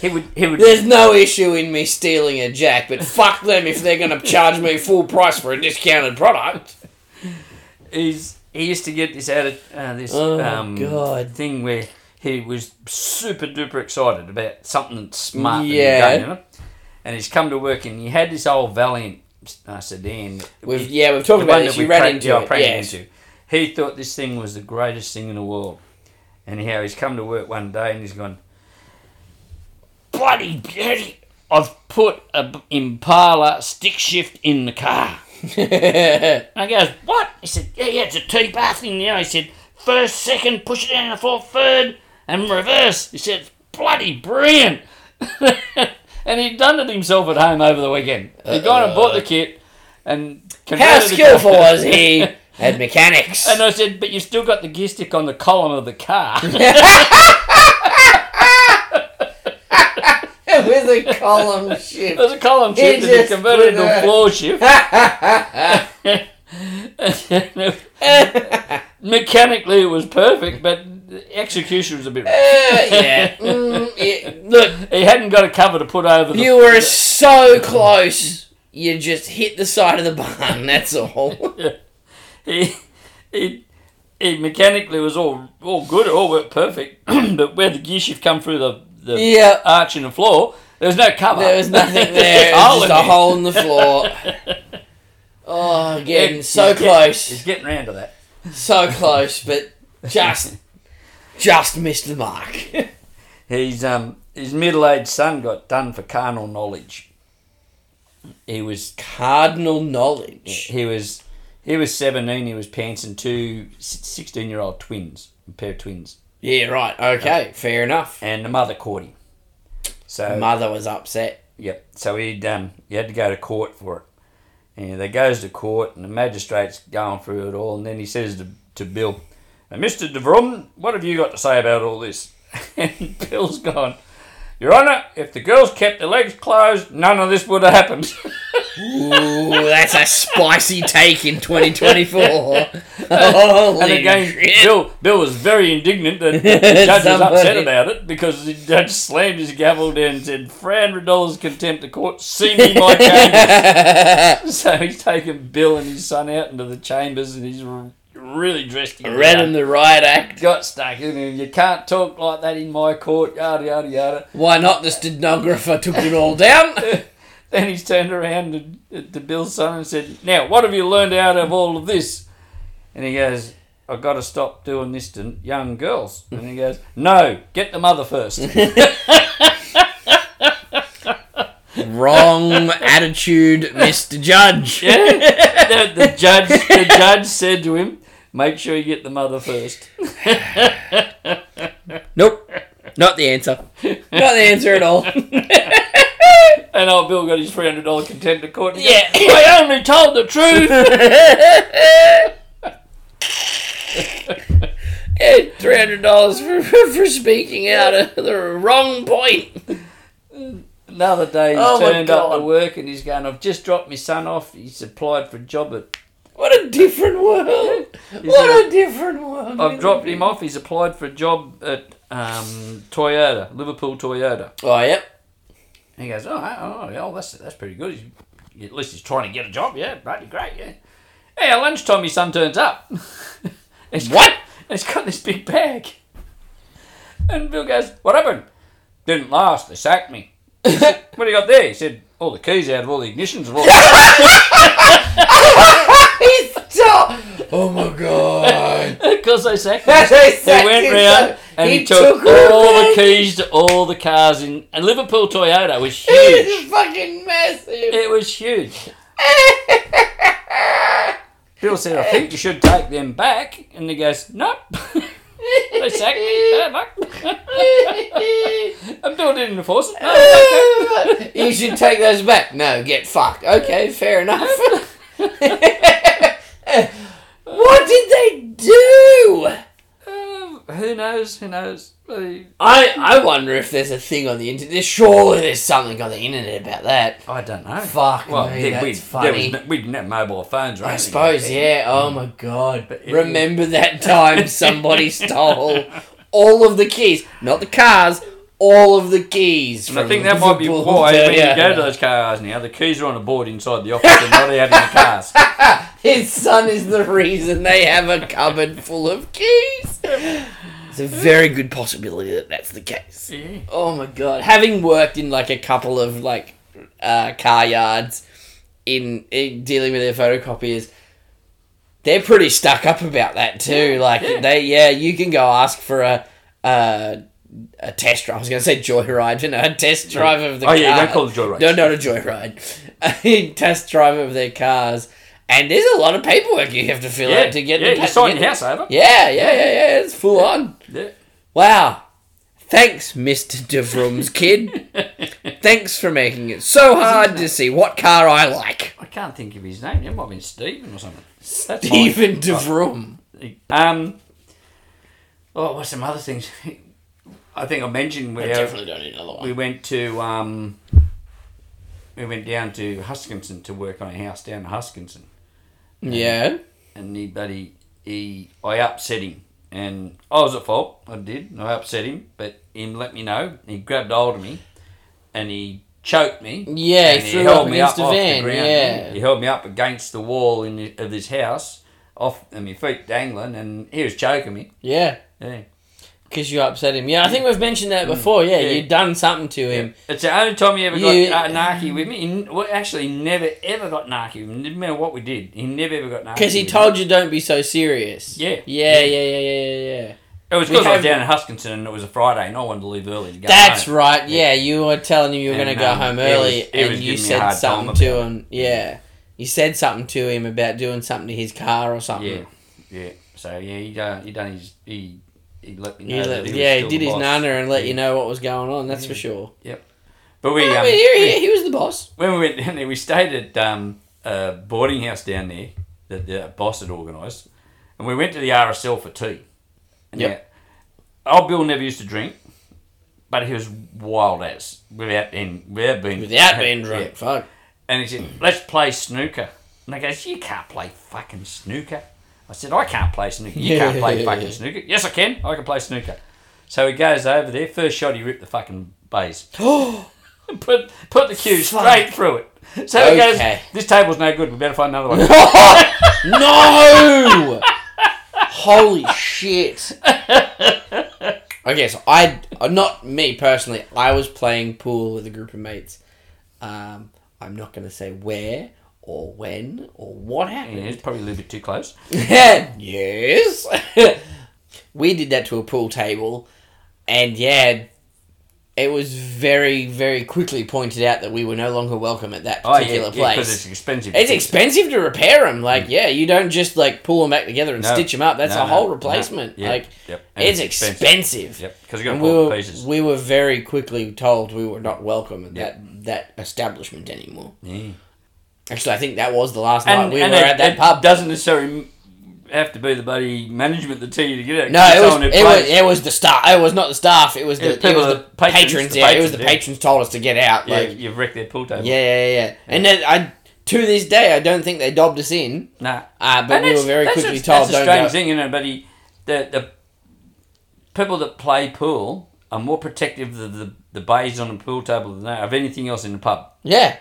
B: he would he would
A: There's no issue in me stealing a jack, but fuck them if they're going to charge me full price for a discounted product.
B: he's he used to get this added uh, this
A: Oh,
B: um,
A: God.
B: thing where he was super duper excited about something that's smart.
A: Yeah.
B: Yeah. you know? And he's come to work and he had this old Valiant uh, sedan.
A: We've, yeah, we've talked about this. You ran into
B: yeah,
A: it.
B: ran
A: Yes.
B: into. He thought this thing was the greatest thing in the world. Anyhow, he's come to work one day and he's gone, bloody bloody! I've put a b- Impala stick shift in the car. And he goes, What? He said, Yeah, yeah, it's a two bar thing now. He said, First, second, push it down the fourth, third, and reverse. He said, "It's Bloody brilliant. and he'd done it himself at home over the weekend. He'd gone and bought the kit and.
A: How
B: converted the car.
A: skillful was he at mechanics?
B: And I said, But you've still got the gear stick on the column of the car.
A: With a column shift.
B: There's a column shift that he
A: just
B: converted
A: put
B: into a
A: a-
B: floor shift. Mechanically, it was perfect, but the execution was a bit.
A: yeah. Mm, yeah. Look,
B: He hadn't got a cover to put over the.
A: you were so close. You just hit the side of the barn, that's all.
B: he, he, he mechanically was all all good, it all worked perfect, but where the gear shift come through the, the
A: yeah.
B: arch in the floor, there was no cover.
A: There was nothing there. It
B: Hole
A: was
B: in
A: just a
B: it.
A: hole in the floor. Oh,
B: Yeah,
A: getting
B: he's
A: so
B: get-
A: close.
B: He's getting round to that.
A: So close, but just just missed the mark.
B: His um his middle aged son got done for carnal knowledge. He was
A: Cardinal knowledge.
B: he was he was seventeen. He was pantsing two 16 year old twins, a pair of twins,
A: Yeah, right. Okay, fair enough.
B: and the mother caught him. So
A: Mother was upset.
B: Yep. So he'd um, he had to go to court for it. And they goes to court, and the magistrate's going through it all, and then he says to, to Bill, "Now, Mr. DeVrum, what have you got to say about all this? and Bill's gone, Your Honour, if the girls kept their legs closed, none of this would have happened.
A: Ooh, that's a spicy take in 2024. Holy
B: and again,
A: shit.
B: Bill, Bill was very indignant that the judge was upset
A: Somebody-
B: about it because the judge slammed his gavel down and said, $300 contempt of court, see me my chambers. So he's taken Bill and his son out into the chambers, and he's r- really dressed in
A: Read him the riot act.
B: Got stuck in him. You can't talk like that in my court. Yada yada yada.
A: Why not? The stenographer took it all down.
B: Then he's turned around to, to Bill's son and said, "Now, what have you learned out of all of this?" And he goes, "I've got to stop doing this to young girls." And he goes, "No, get the mother first.
A: Wrong attitude, Mr. Judge.
B: the, the judge, the judge said to him, "Make sure you get the mother first.
A: Nope. Not the answer. Not the answer at all.
B: And old Bill got his three hundred dollar contempt of court. and he goes,
A: Yeah.
B: I only told the truth.
A: Three hundred dollars for for speaking out at the wrong point.
B: Another day, he's
A: Oh, my
B: turned up
A: God.
B: to work and he's going, I've just dropped my son off. He's applied for a job. At,
A: What a different world. What a different world.
B: I've dropped him off. He's applied for a job at um, Toyota, Liverpool Toyota.
A: Oh yep.
B: And he goes, Oh, oh, oh, yeah, well, that's, that's pretty good. He's, at least he's trying to get a job. Yeah, bloody great. Yeah. Hey, at lunchtime, his son turns up. He's got-
A: What?
B: He's got this big bag. And Bill goes, What happened? Didn't last. They sacked me. I said, what do you got there? He said, All the keys out of all the ignitions of all the
A: He's so. Oh my god.
B: Because they sacked him.
A: They
B: He
A: sacked
B: went
A: him,
B: round
A: so
B: and he,
A: he
B: took,
A: took all
B: all the
A: the
B: keys to all the cars in. And Liverpool Toyota was huge.
A: He's fucking massive.
B: it was huge. Bill said, I think you should take them back. And he goes, Nope. they sacked me. Bad luck. and Bill didn't enforce it. No, Oh, okay.
A: you should take those back. No, get fucked. Okay, fair enough. what did they do?
B: Um, who knows? Who knows? Bloody-
A: I, I wonder if there's a thing on the internet. Surely there's something on the internet about that.
B: I don't know.
A: Fuck me,
B: then
A: that's
B: we'd- there was
A: funny.
B: no- we didn't have mobile phones or
A: I
B: anything.
A: suppose, yeah. Oh my god.
B: it-
A: Remember that time somebody stole all of the keys, not the cars, all of the keys.
B: And I
A: from
B: think that might be
A: Liverpool
B: why
A: to-
B: when you go
A: yeah.
B: to those cars now, the keys are on a board inside the office and not out in the cars.
A: His son is the reason they have a cupboard full of keys. It's a very good possibility that that's the case. Oh my god! Having worked in like a couple of like uh, car yards in, in dealing with their photocopiers, they're pretty stuck up about that too. Like
B: yeah.
A: they, yeah, you can go ask for a. Uh, a test drive. I was going to say joyride, you know, a test drive of the
B: Oh
A: car.
B: yeah, don't call them joyrides.
A: No, not a joyride. A test drive of their cars. And there's a lot of paperwork you have to fill
B: yeah,
A: out to get
B: yeah,
A: the
B: you
A: pa-
B: sign
A: get
B: your
A: the-
B: house over.
A: Yeah, yeah, yeah, yeah. It's full on.
B: Yeah.
A: Wow. Thanks, Mr. DeVrum's kid. Thanks for making it so hard to see what car I like.
B: I can't think of his name. It might have been Stephen or something. That's
A: Even
B: Uh,
A: DeVrum.
B: mine. Um. Oh, what's some other things? I think I mentioned we
A: don't need another
B: we went to um. We went down to Huskinson to work on a house down in Huskinson.
A: Yeah.
B: and he bloody he I upset him and I was at fault. I did. I upset him, but him let me know. He grabbed hold of me and he choked me.
A: Yeah, he
B: and
A: threw up against the van, yeah.
B: He held me up against the wall in the, of this house, off and my feet dangling, and he was choking me.
A: Yeah.
B: Yeah.
A: because you upset him. Yeah, I think we've mentioned that before. Yeah,
B: Mm. Yeah.
A: you've done something to him.
B: It's the only time he ever
A: You-
B: got uh, narky with me. He n- well, actually never ever got narky. with me, No matter what we did, he never ever got narky.
A: Because he
B: with me.
A: told you don't be so serious.
B: Yeah.
A: Yeah, yeah, yeah, yeah, yeah. yeah.
B: It was
A: We
B: because I was
A: have-
B: down in Huskinson and it was a Friday and I wanted to leave early to go
A: That's
B: home.
A: right. Yeah, you were telling him you were going to
B: And,
A: go
B: um,
A: home
B: he was-
A: early,
B: he
A: and
B: was
A: you
B: giving me a
A: said
B: hard
A: something
B: time
A: to
B: about
A: him. Yeah, you said something to him about doing something to his car or something.
B: Yeah, yeah. So yeah, he done, he done his he he let me know.
A: You
B: that
A: let-
B: he was
A: yeah, he
B: still
A: did
B: the
A: his
B: boss.
A: nana and let
B: Yeah.
A: you know what was going on. That's for sure.
B: But we,
A: Oh, I
B: um,
A: mean, here he, he was the boss.
B: when we went down there, we stayed at um, a boarding house down there that the boss had organised, and we went to the RSL for tea. And
A: Yep.
B: yeah, Old Bill never used to drink, but he was wild as without being without being
A: Without being drunk,
B: Yeah.
A: fuck.
B: And he
A: Hmm.
B: said, "Let's play snooker." And I goes, "You can't play fucking snooker." I said, "I can't play snooker. You can't play fucking snooker." Yes, I can. I can play snooker. So he goes over there. First shot, he ripped the fucking base
A: Oh,
B: put put the cue
A: Fuck.
B: straight through it. So he goes,
A: Okay.
B: this table's no good. We better find another one.
A: no! Holy shit! Okay, so I, uh, not me personally, I was playing pool with a group of mates. Um, I'm not going to say where or when or what
B: yeah,
A: happened.
B: it's probably a little bit too close.
A: yes. we did that to a pool table, and yeah, it was very, very quickly pointed out that we were no longer welcome at that
B: Oh
A: particular
B: yeah,
A: place.
B: because it's expensive.
A: It's expensive to repair them. Like, yeah, you don't just like pull them back together and
B: No.
A: stitch them up. That's
B: No,
A: a whole
B: no,
A: replacement.
B: no. Yeah,
A: Like,
B: yep. And
A: it's
B: it's
A: expensive.
B: expensive. Yep, because you got
A: And
B: to
A: we
B: pull the
A: were
B: pieces.
A: we were very quickly told we were not welcome at
B: Yep.
A: that that establishment anymore.
B: yeah.
A: Actually, I think that was the last
B: And,
A: night we
B: and
A: were
B: it,
A: at that
B: it
A: pub.
B: doesn't necessarily have to be the bloody management that tell you to get out.
A: No, it was, it was it was the staff. It was not the staff. It was
B: It
A: the
B: was
A: it
B: people,
A: was the
B: the
A: patrons.
B: patrons, the
A: yeah, it was the
B: patrons, yeah.
A: patrons told us to get out.
B: yeah,
A: Like, yeah,
B: you've wrecked their pool table.
A: yeah, yeah. And then I to this day I don't think they dobbed us in.
B: Nah.
A: Uh, but
B: And
A: we were
B: that's-
A: very
B: that's
A: quickly
B: a,
A: told
B: That's a
A: don't
B: strange
A: go.
B: thing, you know, but he, the, the people that play pool are more protective of the, the bays on the pool table than they are of anything else in the pub.
A: Yeah.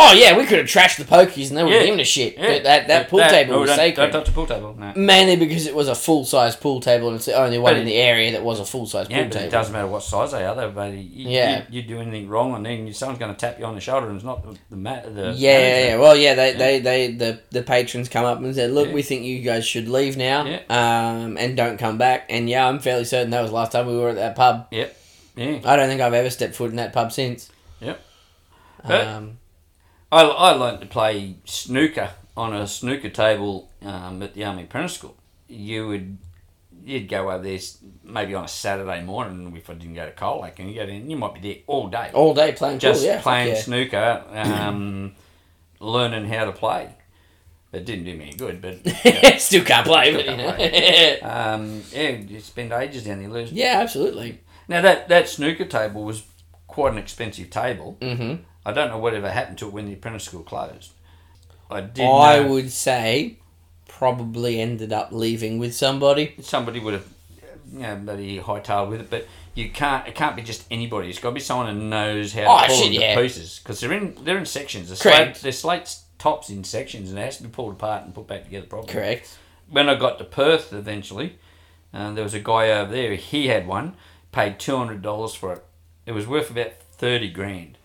A: Oh yeah, we could have trashed the pokies and they would have
B: Yeah.
A: given a shit.
B: Yeah.
A: But that that
B: But
A: pool table
B: no,
A: was
B: don't,
A: sacred. Mm.
B: Don't touch the pool table. No.
A: Mainly because it was a full size pool table and it's the only one
B: But
A: in
B: it-
A: the area that was a full size pool
B: Yeah, but
A: table.
B: it doesn't matter what size they are, though, but you,
A: Yeah.
B: you, you do anything wrong, and then someone's going to tap you on the shoulder, and it's not the, the matter. The
A: yeah, yeah, yeah.
B: management.
A: Well, yeah, they, they, they the, the patrons come up and said, "Look,
B: Yeah.
A: we think you guys should leave now,
B: Yeah.
A: um, and don't come back." And yeah, I'm fairly certain that was the last time we were at that pub.
B: Yep. Yeah.
A: I don't think I've ever stepped foot in that pub since.
B: Yep. But-
A: Um,
B: I, I learned to play snooker on a snooker table um, at the Army Apprentice School. You would you'd go over there s- maybe on a Saturday morning if I didn't go to Colac, and you go in, you might be there all day,
A: all day playing
B: just
A: pool, Oh, yeah, fuck
B: playing
A: yeah.
B: snooker, um, learning how to play. It didn't do me any good, but
A: Still can't play, but
B: Still
A: you know.
B: can't um, yeah, you spend ages down there. losing.
A: yeah, absolutely.
B: Now that that snooker table was quite an expensive table.
A: hmm
B: I don't know whatever happened to it when the apprentice school closed. I did.
A: I
B: know-
A: would say probably ended up leaving with somebody.
B: somebody would have you know, bloody hightailed with it, but you can't. It can't be just anybody. It's got to be someone who knows how to
A: Oh,
B: pull
A: shit,
B: them to
A: yeah.
B: pieces because they're in they're in sections. The slate,
A: Correct.
B: the slate's tops in sections, and it has to be pulled apart and put back together properly.
A: Correct.
B: When I got to Perth eventually, uh, there was a guy over there. He had one. Paid two hundred dollars for it. It was worth about thirty grand,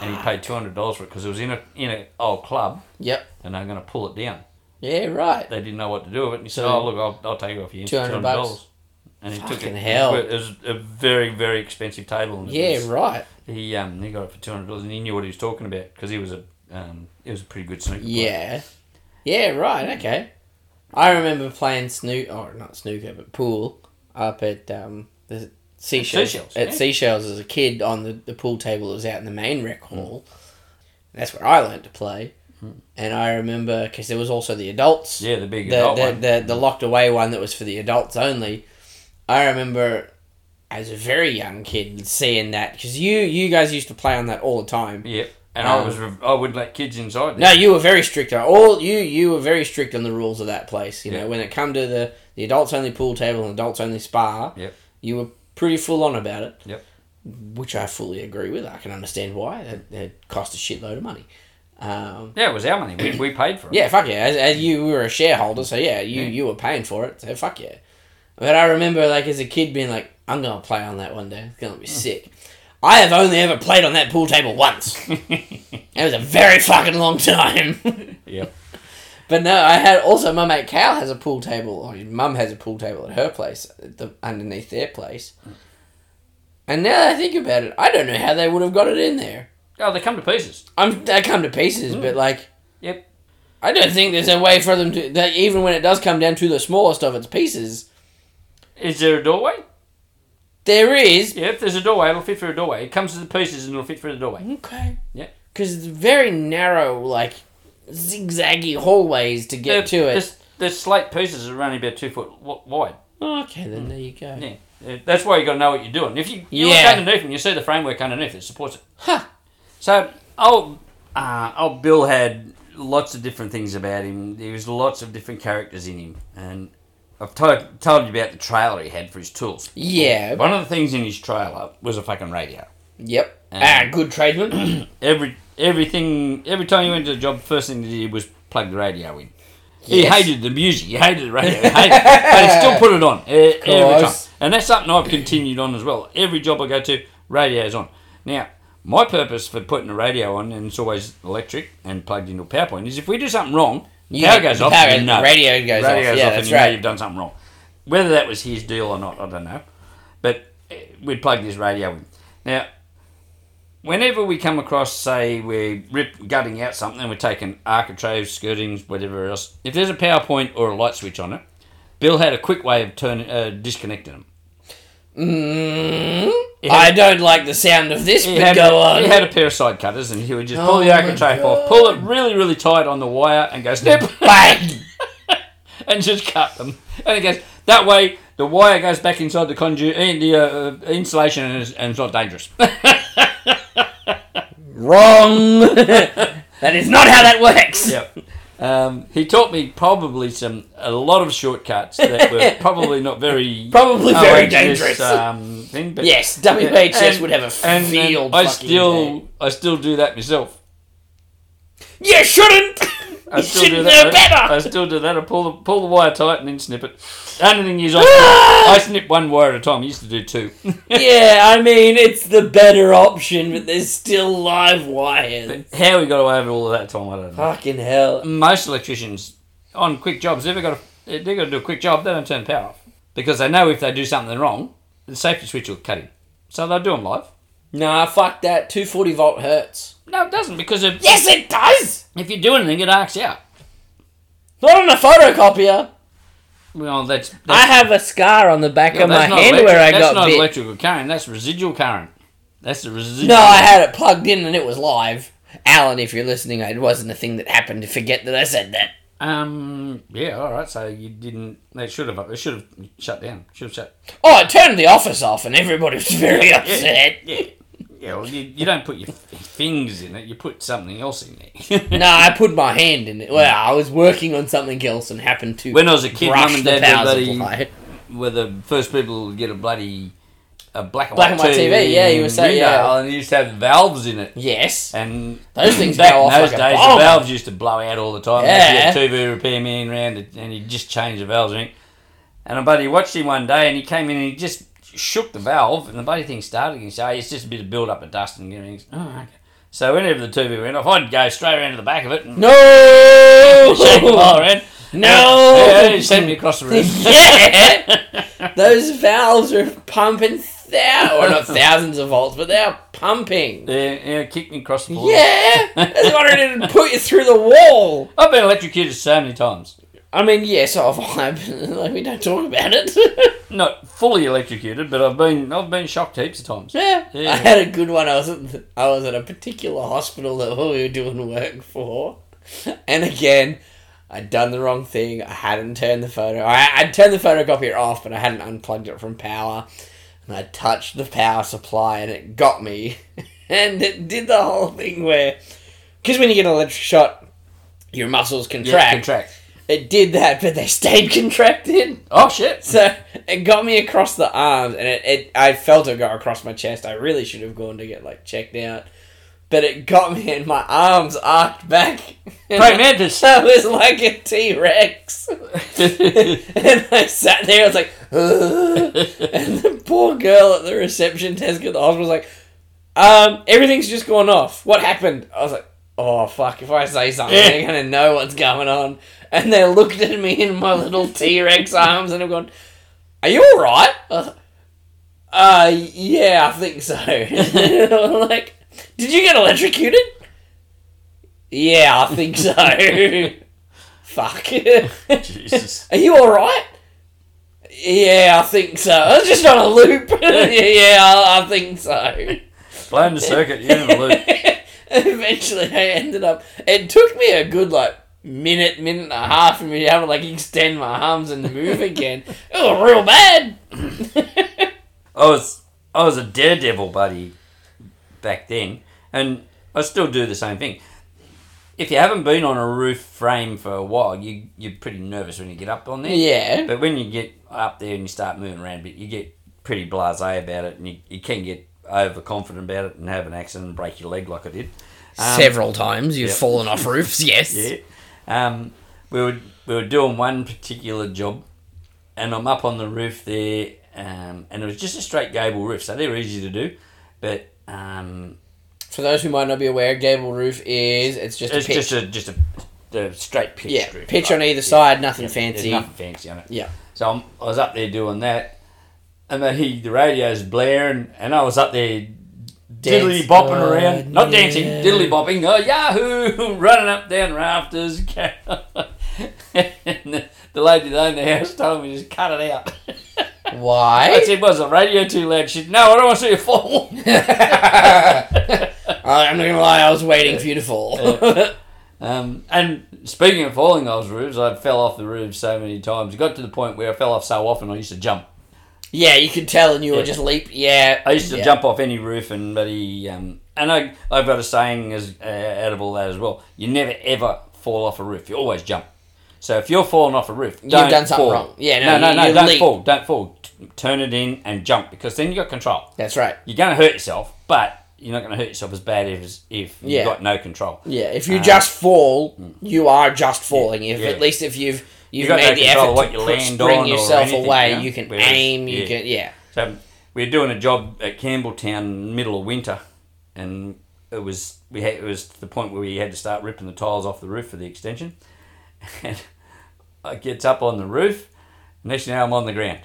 B: and he paid two hundred dollars for it because it was in a in an old club,
A: Yep.
B: and they're going to pull it down
A: Yeah. Right.
B: they didn't know what to do with it. And he said,
A: So-
B: "Oh, look, I'll, I'll take it off you. Two
A: $200
B: hundred dollars." And he took
A: Fucking
B: it.
A: hell.
B: It was a very, very expensive table. And it
A: Yeah.
B: was-
A: Right.
B: He um he got it for two hundred dollars, and he knew what he was talking about because he was a um he was a pretty good snooker. player.
A: Yeah. Yeah, right, okay. I remember playing snook or not snooker, but pool up at um the seashells,
B: Seashells,
A: at
B: yeah.
A: seashells as a kid on the, the pool table that was out in the main rec
B: Hmm.
A: hall. That's where I learned to play. And I remember because there was also the adults
B: Yeah, the big
A: the
B: adult
A: the,
B: one.
A: the the locked away one that was for the adults only. I remember as a very young kid seeing that because you you guys used to play on that all the time.
B: yeah, and
A: Um,
B: I was re- I would let kids inside.
A: No, you were very strict on all you you were very strict on the rules of that place. You
B: Yeah.
A: know, when it come to the the adults only pool table and adults only spa,
B: Yep.
A: you were pretty full on about it.
B: Yep.
A: Which I fully agree with. I can understand why. It, it cost a shitload of money. Um,
B: Yeah, it was our money. We, we paid for it.
A: yeah, fuck yeah. As, as you were a shareholder, so yeah, you
B: Yeah.
A: you were paying for it, so fuck yeah. But I remember like as a kid being like, I'm gonna play on that one day. It's gonna
B: Mm.
A: be sick. I have only ever played on that pool table once. It was a very fucking long time.
B: yep.
A: but no, I had also my mate Cal has a pool table, or his mum has a pool table at her place, at the, underneath their place. And now that I think about it, I don't know how they would have got it in there.
B: Oh, they come to pieces.
A: I'm they come to pieces, but like
B: Yep.
A: I don't think there's a way for them to that even when it does come down to the smallest of its pieces,
B: Is there a doorway?
A: there is
B: Yeah, if there's a doorway, it'll fit through a doorway. It comes to the pieces and it'll fit through the doorway.
A: okay.
B: Yeah.
A: Because it's very narrow, like zigzaggy hallways to get to it.
B: There's, there's slate pieces that are only about two foot w- wide.
A: Oh, okay, then there you go.
B: Yeah. Uh, That's why you got to know what you're doing. If you, you
A: Yeah.
B: look underneath and you see the framework underneath, it supports it.
A: Huh.
B: So, old, uh, old Bill had lots of different things about him. There was lots of different characters in him. And I've told, told you about the trailer he had for his tools.
A: Yeah.
B: One of the things in his trailer was a fucking radio.
A: Yep.
B: Um,
A: ah, good tradesman.
B: Every everything every time he went to the job, first thing he did was plug the radio in.
A: Yes.
B: He hated the music. He hated the radio. He hated, but he still put it on e- every time.
A: course.
B: And that's something I've continued on as well. Every job I go to, radio's on. Now, my purpose for putting the radio on, and it's always electric and plugged into a PowerPoint, is if we do something wrong,
A: You-
B: power goes
A: the
B: off.
A: power-
B: and you know.
A: radio goes off.
B: Radio goes
A: Yeah,
B: off, and
A: that's
B: you know
A: right.
B: you've done something wrong. Whether that was his deal or not, I don't know. But eh, we'd plug this radio in. Now, whenever we come across, say, we're rip, gutting out something, we're taking architraves, skirtings, whatever else, if there's a power point or a light switch on it, Bill had a quick way of turn, uh, disconnecting them.
A: mm,
B: He
A: I
B: had-
A: don't like the sound of this,
B: He
A: but
B: had,
A: go
B: a,
A: on.
B: he had a pair of side cutters and he would just pull
A: Oh
B: the
A: my
B: architrave off, pull it really, really tight on the wire and go snip.
A: Bang!
B: and just cut them. And it goes that way. The wire goes back inside the conduit, in the uh, uh, insulation, and it's, and it's not dangerous.
A: Wrong! that is not how that works!
B: yep. Um, he taught me probably some a lot of shortcuts that were probably not very
A: Probably very
B: OHS,
A: dangerous.
B: um, thing, but
A: Yes, WHS
B: And-
A: would have a
B: and- and
A: field.
B: I
A: fucking
B: still
A: day.
B: I still do that myself.
A: You shouldn't!
B: I
A: you
B: still
A: should
B: do
A: know
B: that. I-
A: better!
B: I still do that. I pull the pull the wire tight and then snip it. The only thing is, I snip, I snip one wire at a time. I used to do two.
A: yeah, I mean, it's the better option, but there's still live wires.
B: How we got away with all of that time, I don't know.
A: Fucking hell.
B: most electricians on quick jobs, they've got to, they've got to do a quick job. They don't turn the power off because they know if they do something wrong, the safety switch will cut in. So they'll do them live.
A: Nah, fuck that. 240 volt hertz.
B: No, it doesn't because if,
A: Yes, it does!
B: if you do anything, it arcs out.
A: Not on a photocopier.
B: Well, that's, that's
A: I have a scar on the back
B: well,
A: of my
B: that's not
A: hand
B: electric-
A: where I
B: that's
A: got
B: not
A: bit.
B: electrical current. That's residual current. That's the residual.
A: No, I had it plugged in and it was live. Alan, if you're listening, it wasn't a thing that happened. To forget that I said that.
B: Um. Yeah. All right. So you didn't. They should have. They should have shut down. Should have shut.
A: Oh, it turned the office off and everybody was very upset.
B: Yeah. Yeah. Well, you, you don't put your fingers in it. You put something else in there.
A: No, I put my hand in it. Well, I was working on something else and happened to.
B: When I was a kid,
A: brush
B: mum and
A: the
B: dad were
A: powers
B: bloody-
A: away.
B: were the first people to get a bloody a black and
A: Black
B: white
A: and white TV, yeah, you were saying,
B: window,
A: yeah.
B: and it used to have valves in it.
A: Yes.
B: And
A: Those things
B: back
A: go
B: in
A: off
B: those
A: like a
B: days,
A: bomb.
B: the valves used to blow out all the time.
A: Yeah.
B: Yeah, TV repairman round, it, and he'd just change the valves. And, everything. and a buddy watched him one day, and he came in and he just shook the valve, and the bloody thing started. And he said, oh, "It's just a bit of build up of dust and everything." Oh, okay. So whenever the TV went off, I'd go straight around to the back of it and shake the
A: No.
B: wire around.
A: No.
B: Yeah, he sent me across the room.
A: Yeah. Those valves are pumping thou or not thousands of volts, but they're pumping.
B: Yeah, yeah, kicked me across the floor.
A: Yeah, that's what it did, put you through the wall.
B: I've been electrocuted so many times.
A: I mean, yes, I've like we don't talk about it.
B: Not fully electrocuted, but I've been I've been shocked heaps of times.
A: yeah.
B: Yeah.
A: I had a good one. I was at the- I was at a particular hospital that we were doing work for, and again, I'd done the wrong thing. I hadn't turned the photo. I, I'd turned the photocopier off, but I hadn't unplugged it from power, and I touched the power supply, and it got me, and it did the whole thing where, because when you get an electric shot, your muscles
B: Yeah,
A: contract.
B: contract.
A: It did that, but they stayed contracted.
B: Oh shit.
A: So it got me across the arms, and it, it I felt it go across my chest. I really should have gone to get like checked out, but it got me, and my arms arced back. And
B: Praying mantis.
A: I was like a T Rex, and I sat there. I was like, "Ugh," and the poor girl at the reception desk at the hospital was like, um, everything's just gone off. What happened? I was like, oh, fuck, if I say something,
B: Yeah.
A: they're going to know what's going on. And they looked at me in my little T Rex arms and have gone, are you alright? I was like, uh, yeah, I think so. I'm like, did you get electrocuted? Yeah, I think so. Fuck.
B: Jesus.
A: Are you alright? Yeah, I think so. I was just on a loop. yeah, I, I think so.
B: Blowing the circuit, you in the loop.
A: Eventually, I ended up. It took me a good, like, minute, minute and a half for me to have to, like, extend my arms and move again. It was real bad.
B: I was I was a daredevil buddy back then, and I still do the same thing. If you haven't been on a roof frame for a while, you you're pretty nervous when you get up on there.
A: yeah.
B: But when you get up there and you start moving around a bit, you get pretty blasé about it, and you, you can get overconfident about it and have an accident and break your leg like I did. Um,
A: Several times you've
B: yeah.
A: fallen off roofs, yes.
B: yeah. Um, we were we were doing one particular job, and I'm up on the roof there, um, and it was just a straight gable roof, so they were easy to do, but um,
A: For those who might not be aware, gable roof is. It's just
B: it's
A: a pitch.
B: just a just a the straight pitch.
A: yeah,
B: roof,
A: pitch
B: right?
A: on either
B: Yeah.
A: side, nothing
B: Yeah, there's
A: fancy.
B: nothing fancy on it.
A: Yeah.
B: So I'm, I was up there doing that, and then he the radio's blaring, and I was up there
A: Dance-
B: diddly bopping
A: oh,
B: around, not dancing,
A: yeah.
B: diddly bopping. Oh yahoo! Running up down rafters. and the, the lady that owned the house told me just cut it out. I
A: Why?
B: said, "Was the radio too loud?" She said, "No, I don't want to see you fall."
A: I- I'm not gonna lie, I was waiting for you to fall.
B: Um, and speaking of falling off roofs, I fell off the roof so many times. It got to the point where I fell off so often I used to jump.
A: yeah, you could tell, and you
B: Yeah.
A: would just leap. Yeah,
B: I used to
A: yeah.
B: jump off any roof and bloody. Um, and I, I've got a saying as uh, out of all that as well. You never ever fall off a roof. You always jump. So if you're falling off a roof, don't
A: done something
B: fall.
A: wrong. Yeah, no,
B: no, no,
A: you-
B: no
A: you
B: don't
A: leap.
B: fall. Don't fall. T- Turn it in and jump because then you got control.
A: That's right.
B: You're going to hurt yourself, but you're not going to hurt yourself as bad if if you've
A: Yeah.
B: got no control.
A: Yeah, if you just fall, you are just falling. If
B: Um, hmm. yeah.
A: at least if you've you've
B: got no
A: made the
B: control
A: effort
B: of what
A: to
B: you
A: put-
B: land
A: spring
B: on or
A: yourself
B: anything,
A: away,
B: you know?
A: you can
B: Whereas-
A: aim. You
B: yeah.
A: can yeah.
B: So we were doing a job at Campbelltown in the middle of winter, and it was we had it was to the point where we had to start ripping the tiles off the roof for the extension. And I gets up on the roof, next thing you know I'm on the ground,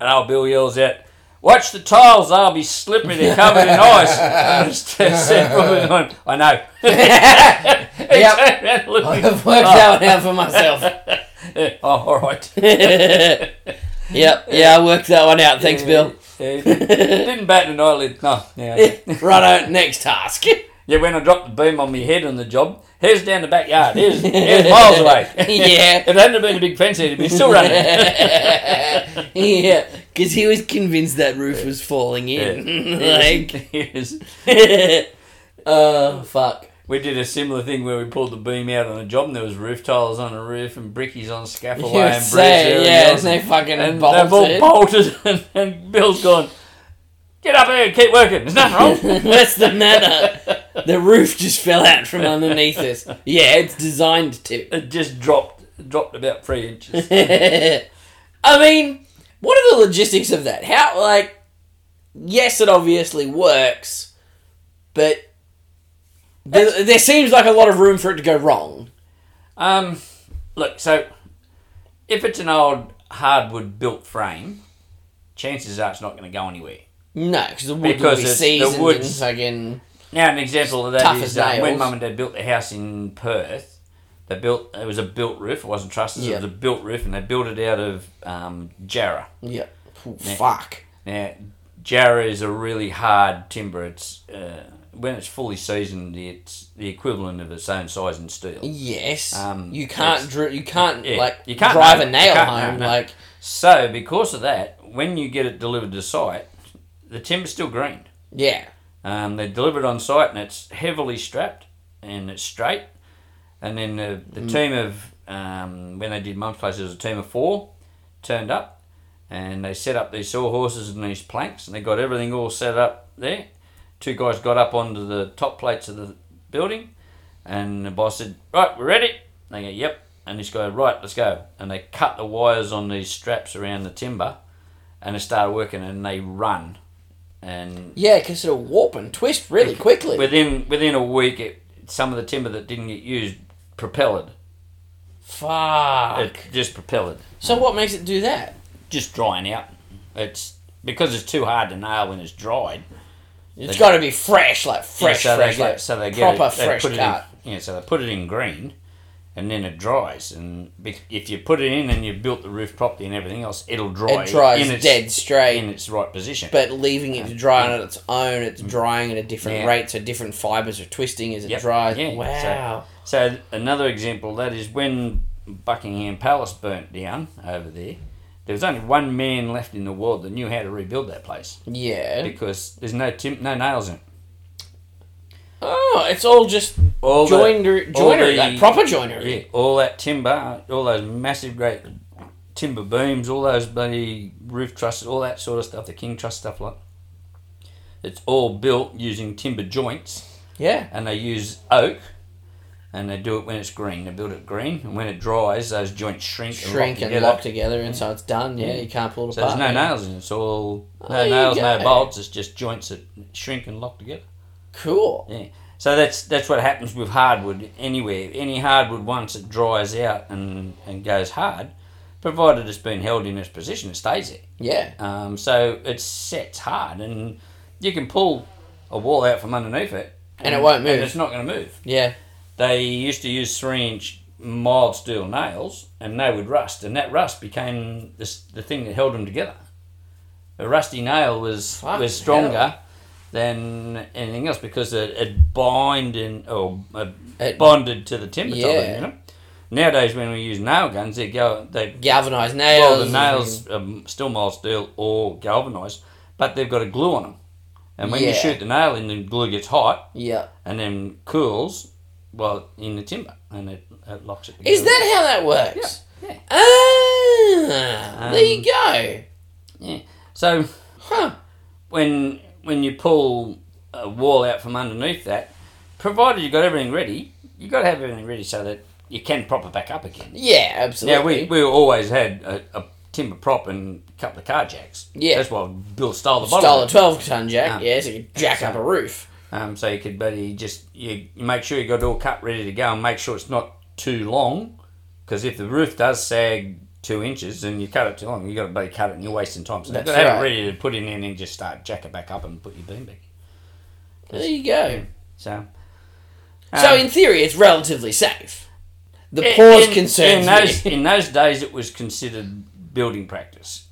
B: and old Bill yells out. Watch the tiles, they'll be slippery, they're covered in ice. I just said, "Well, I went, "I know. He
A: Yep.
B: turned around and looked at me,
A: I've worked that one out for myself.
B: "Oh, all right.
A: yep. Yeah, I worked that one out. Thanks, Bill.
B: Yeah, didn't bat an eyelid. No, no.
A: Righto, next task.
B: Yeah, when I dropped the beam on my head on the job, here's down the backyard. Here's, here's miles away.
A: Yeah.
B: if it hadn't have been a big fence, it'd be still running.
A: yeah, because he was convinced that roof was falling in. like,
B: Here's-
A: oh fuck.
B: we did a similar thing where we pulled the beam out on a job, and there was roof tiles on the roof and brickies on
A: You
B: scaffold
A: were
B: and
A: saying,
B: bricks
A: yeah, it's no fucking
B: and
A: bolted.
B: they've all bolted, and, and Bill's gone. Get up here and keep working. There's nothing wrong.
A: What's the matter? The roof just fell out from underneath us. Yeah, it's designed to.
B: it just dropped, dropped about three inches.
A: I mean, what are the logistics of that? How, like, yes, it obviously works, but there, there seems like a lot of room for it to go wrong.
B: Um, look, so if it's an old hardwood built frame, chances are it's not going to go anywhere.
A: No, because the wood would
B: Because
A: be
B: it's- the
A: seasoned
B: wood's-
A: and fucking.
B: Now, an example of that is
A: Tough as
B: um, when
A: nails.
B: Mum and Dad built the house in Perth. They built it was a built roof. It wasn't trusses.
A: Yeah.
B: It was a built roof, and they built it out of um, jarrah.
A: Yeah. Ooh, Fuck.
B: Now, jarrah is a really hard timber. It's uh, when it's fully seasoned, it's the equivalent of its own size in steel.
A: Yes.
B: Um,
A: you can't.
B: it's-
A: Dr- you can't
B: yeah,
A: like
B: you can't
A: drive
B: nail
A: a
B: it.
A: nail
B: You can't
A: home.
B: nail it.
A: Like
B: So, because of that, when you get it delivered to site, the timber's still green.
A: yeah.
B: Um, they deliver it on site and it's heavily strapped and it's straight. And then the, the team of, um, when they did Mum's Place, there was a team of four turned up and they set up these sawhorses and these planks and they got everything all set up there. Two guys got up onto the top plates of the building and the boss said, Right, we're ready. And they go, Yep. And this guy, Right, let's go. And they cut the wires on these straps around the timber and it started working, and they run, and
A: Yeah, because it'll warp and twist really quickly.
B: within within a week, it, some of the timber that didn't get used propelled.
A: Fuck.
B: It just propelled,
A: so what makes it do that?
B: just drying out. It's because it's too hard to nail when it's dried.
A: It's
B: They-
A: got to be fresh, like fresh,
B: Yeah, so
A: fresh,
B: they get,
A: like
B: so they get
A: proper
B: it, they
A: fresh
B: put
A: cut.
B: It in, yeah, so they put it in green, and then it dries. And be- if you put it in and you built the roof properly and everything else, it'll dry.
A: It dries
B: in its,
A: dead straight.
B: in its right position.
A: but leaving it to dry on its own, it's drying at a different
B: Yeah.
A: rate, so different fibers are twisting as it
B: Yep.
A: dries.
B: Yeah.
A: Wow.
B: so th- another example that is when Buckingham Palace burnt down over there. There was only one man left in the world that knew how to rebuild that place
A: yeah.
B: because there's no tim- no nails in it.
A: Oh, it's all just
B: All the-
A: joinery,
B: all
A: joinery,
B: the-
A: like proper joinery.
B: Yeah, all that timber, all those massive great timber beams, all those bloody roof trusses, all that sort of stuff, the king truss stuff like. It's all built using timber joints,
A: Yeah.
B: and they use oak, and they do it when it's green. They build it green, and when it dries, those joints shrink,
A: Shrink
B: and
A: and,
B: lock together.
A: lock together, and so it's done. Yeah,
B: Yeah.
A: you can't pull it
B: So
A: apart.
B: there's no
A: yeah.
B: nails in it. It's all no
A: There you
B: nails, no
A: go.
B: bolts. It's just joints that shrink and lock together.
A: Cool.
B: Yeah. So that's that's what happens with hardwood anywhere. Any hardwood once it dries out and, and goes hard, provided it's been held in its position, it stays there.
A: Yeah.
B: Um, so it sets hard and you can pull a wall out from underneath it
A: And it won't move.
B: And it's not gonna move.
A: Yeah.
B: They used to use three inch mild steel nails and they would rust and that rust became the, s- the thing that held them together. A rusty nail was
A: Fucking
B: was stronger than anything else because it, it bind and or uh,
A: It-
B: bonded to the timber top of it,
A: Yeah.
B: you know. Nowadays, when we use nail guns, they go they
A: Galvanized nails.
B: well the nails are still mild steel or galvanized, but they've got a glue on them, and when
A: Yeah.
B: you shoot the nail in, the glue gets hot
A: Yeah.
B: and then cools, well in the timber and it, it locks it.
A: Is
B: together.
A: that how that works?
B: Yeah.
A: Ah, there you
B: Um,
A: go.
B: Yeah. So
A: Huh.
B: when when you pull a wall out from underneath that, provided you've got everything ready, you've got to have everything ready so that you can prop it back up again.
A: Yeah,
B: Yeah,
A: absolutely.
B: we, we always had a, a timber prop and a couple of car jacks.
A: Yeah.
B: That's why Bill stole the bottom.
A: Style
B: of
A: a
B: it.
A: 12 ton jack,
B: Um,
A: yeah, so you could jack up a roof.
B: Um, so you could bloody just you, you make sure you got it all cut ready to go and make sure it's not too long because if the roof does sag two inches and you cut it too long, you got to bloody cut it and you're wasting time. So
A: That's
B: you've got to have
A: right.
B: it ready to put in and then just start jack it back up and put your beam back.
A: There you go.
B: So.
A: so,
B: um,
A: in theory, it's relatively safe. The
B: In-
A: pause
B: in-
A: concerns
B: in those
A: me.
B: in those days it was considered building practice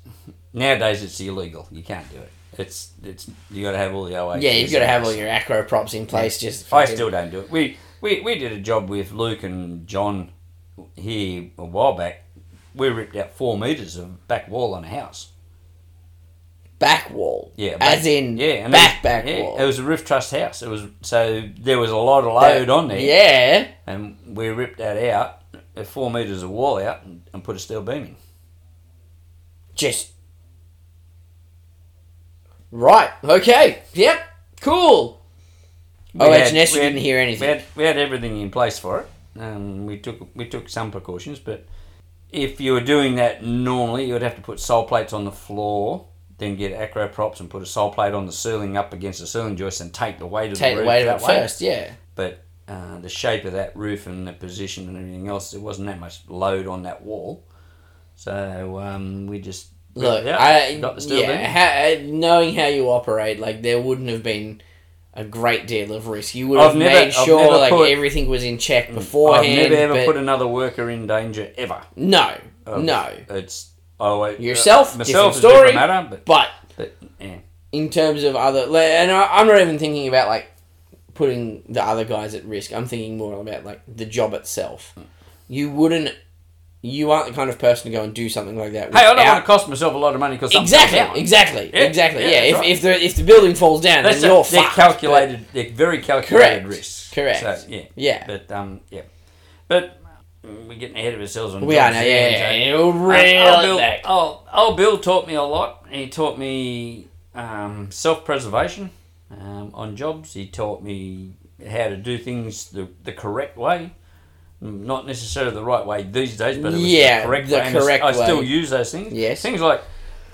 B: nowadays it's illegal you can't do it it's it's you got to have all the OA
A: Yeah, you've got to have all your acro props in place. Just
B: I
A: fucking-
B: still don't do it we, we we did a job with Luke and John here a while back we ripped out four meters of back wall on a house
A: back wall.
B: yeah
A: as in
B: yeah and
A: back
B: it was-
A: back
B: yeah,
A: wall.
B: it was a roof truss house it was so there was a lot of load on there
A: Yeah,
B: and we ripped that out uh, four meters of wall out and, and put a steel beam in
A: just right. Okay. Yep. Cool.
B: We
A: Oh,
B: had-
A: and S
B: we had-
A: didn't hear anything.
B: we had we had everything in place for it. Um, we took we took some precautions, but if you were doing that normally, you would have to put sole plates on the floor, then get acro props and put a sole plate on the ceiling up against the ceiling joist and take the weight of
A: Take the
B: the roof
A: weight of
B: that
A: it
B: way.
A: first. Yeah.
B: But uh, the shape of that roof and the position and everything else, there wasn't that much load on that wall, so um, we just
A: Look,
B: yeah,
A: I
B: got the steel
A: yeah,
B: beam.
A: ha- uh, knowing how you operate, like there wouldn't have been a great deal of risk. You would
B: I've
A: have
B: never-
A: made
B: I've
A: sure
B: never
A: like
B: put- Mm,
A: everything was in check
B: I've
A: beforehand.
B: never ever
A: but
B: put another worker in danger ever.
A: no,
B: of-
A: no.
B: Oh, It's oh, it-
A: Yourself, different
B: myself is a
A: story.
B: different matter, but,
A: But
B: but yeah,
A: in terms of other, like, and I, I'm not even thinking about like putting the other guys at risk. I'm thinking more about like the job itself. You wouldn't. You aren't the kind of person to go and do something like that.
B: hey, I don't
A: without-
B: want to cost myself a lot of money because
A: Exactly, exactly,
B: Yeah,
A: exactly.
B: yeah,
A: Yeah, if,
B: that's right.
A: if the if the building falls down,
B: That's
A: then
B: a,
A: you're
B: they're
A: fucked.
B: calculated. They're very calculated
A: Correct,
B: risks.
A: correct.
B: So, yeah,
A: Yeah.
B: But um, yeah, but mm, we're getting ahead of ourselves on eh?
A: We are
B: jobs
A: now,
B: here,
A: yeah,
B: and
A: yeah,
B: so-
A: yeah. Real
B: Oh, Bill,
A: back.
B: oh, oh, Bill taught me a lot. He taught me um, self preservation um, on jobs. He taught me how to do things the, the correct way. Not necessarily the right way these days, but it was
A: Yeah,
B: the correct
A: the
B: way. and I s-
A: correct
B: I still
A: way.
B: use those things.
A: Yes.
B: Things like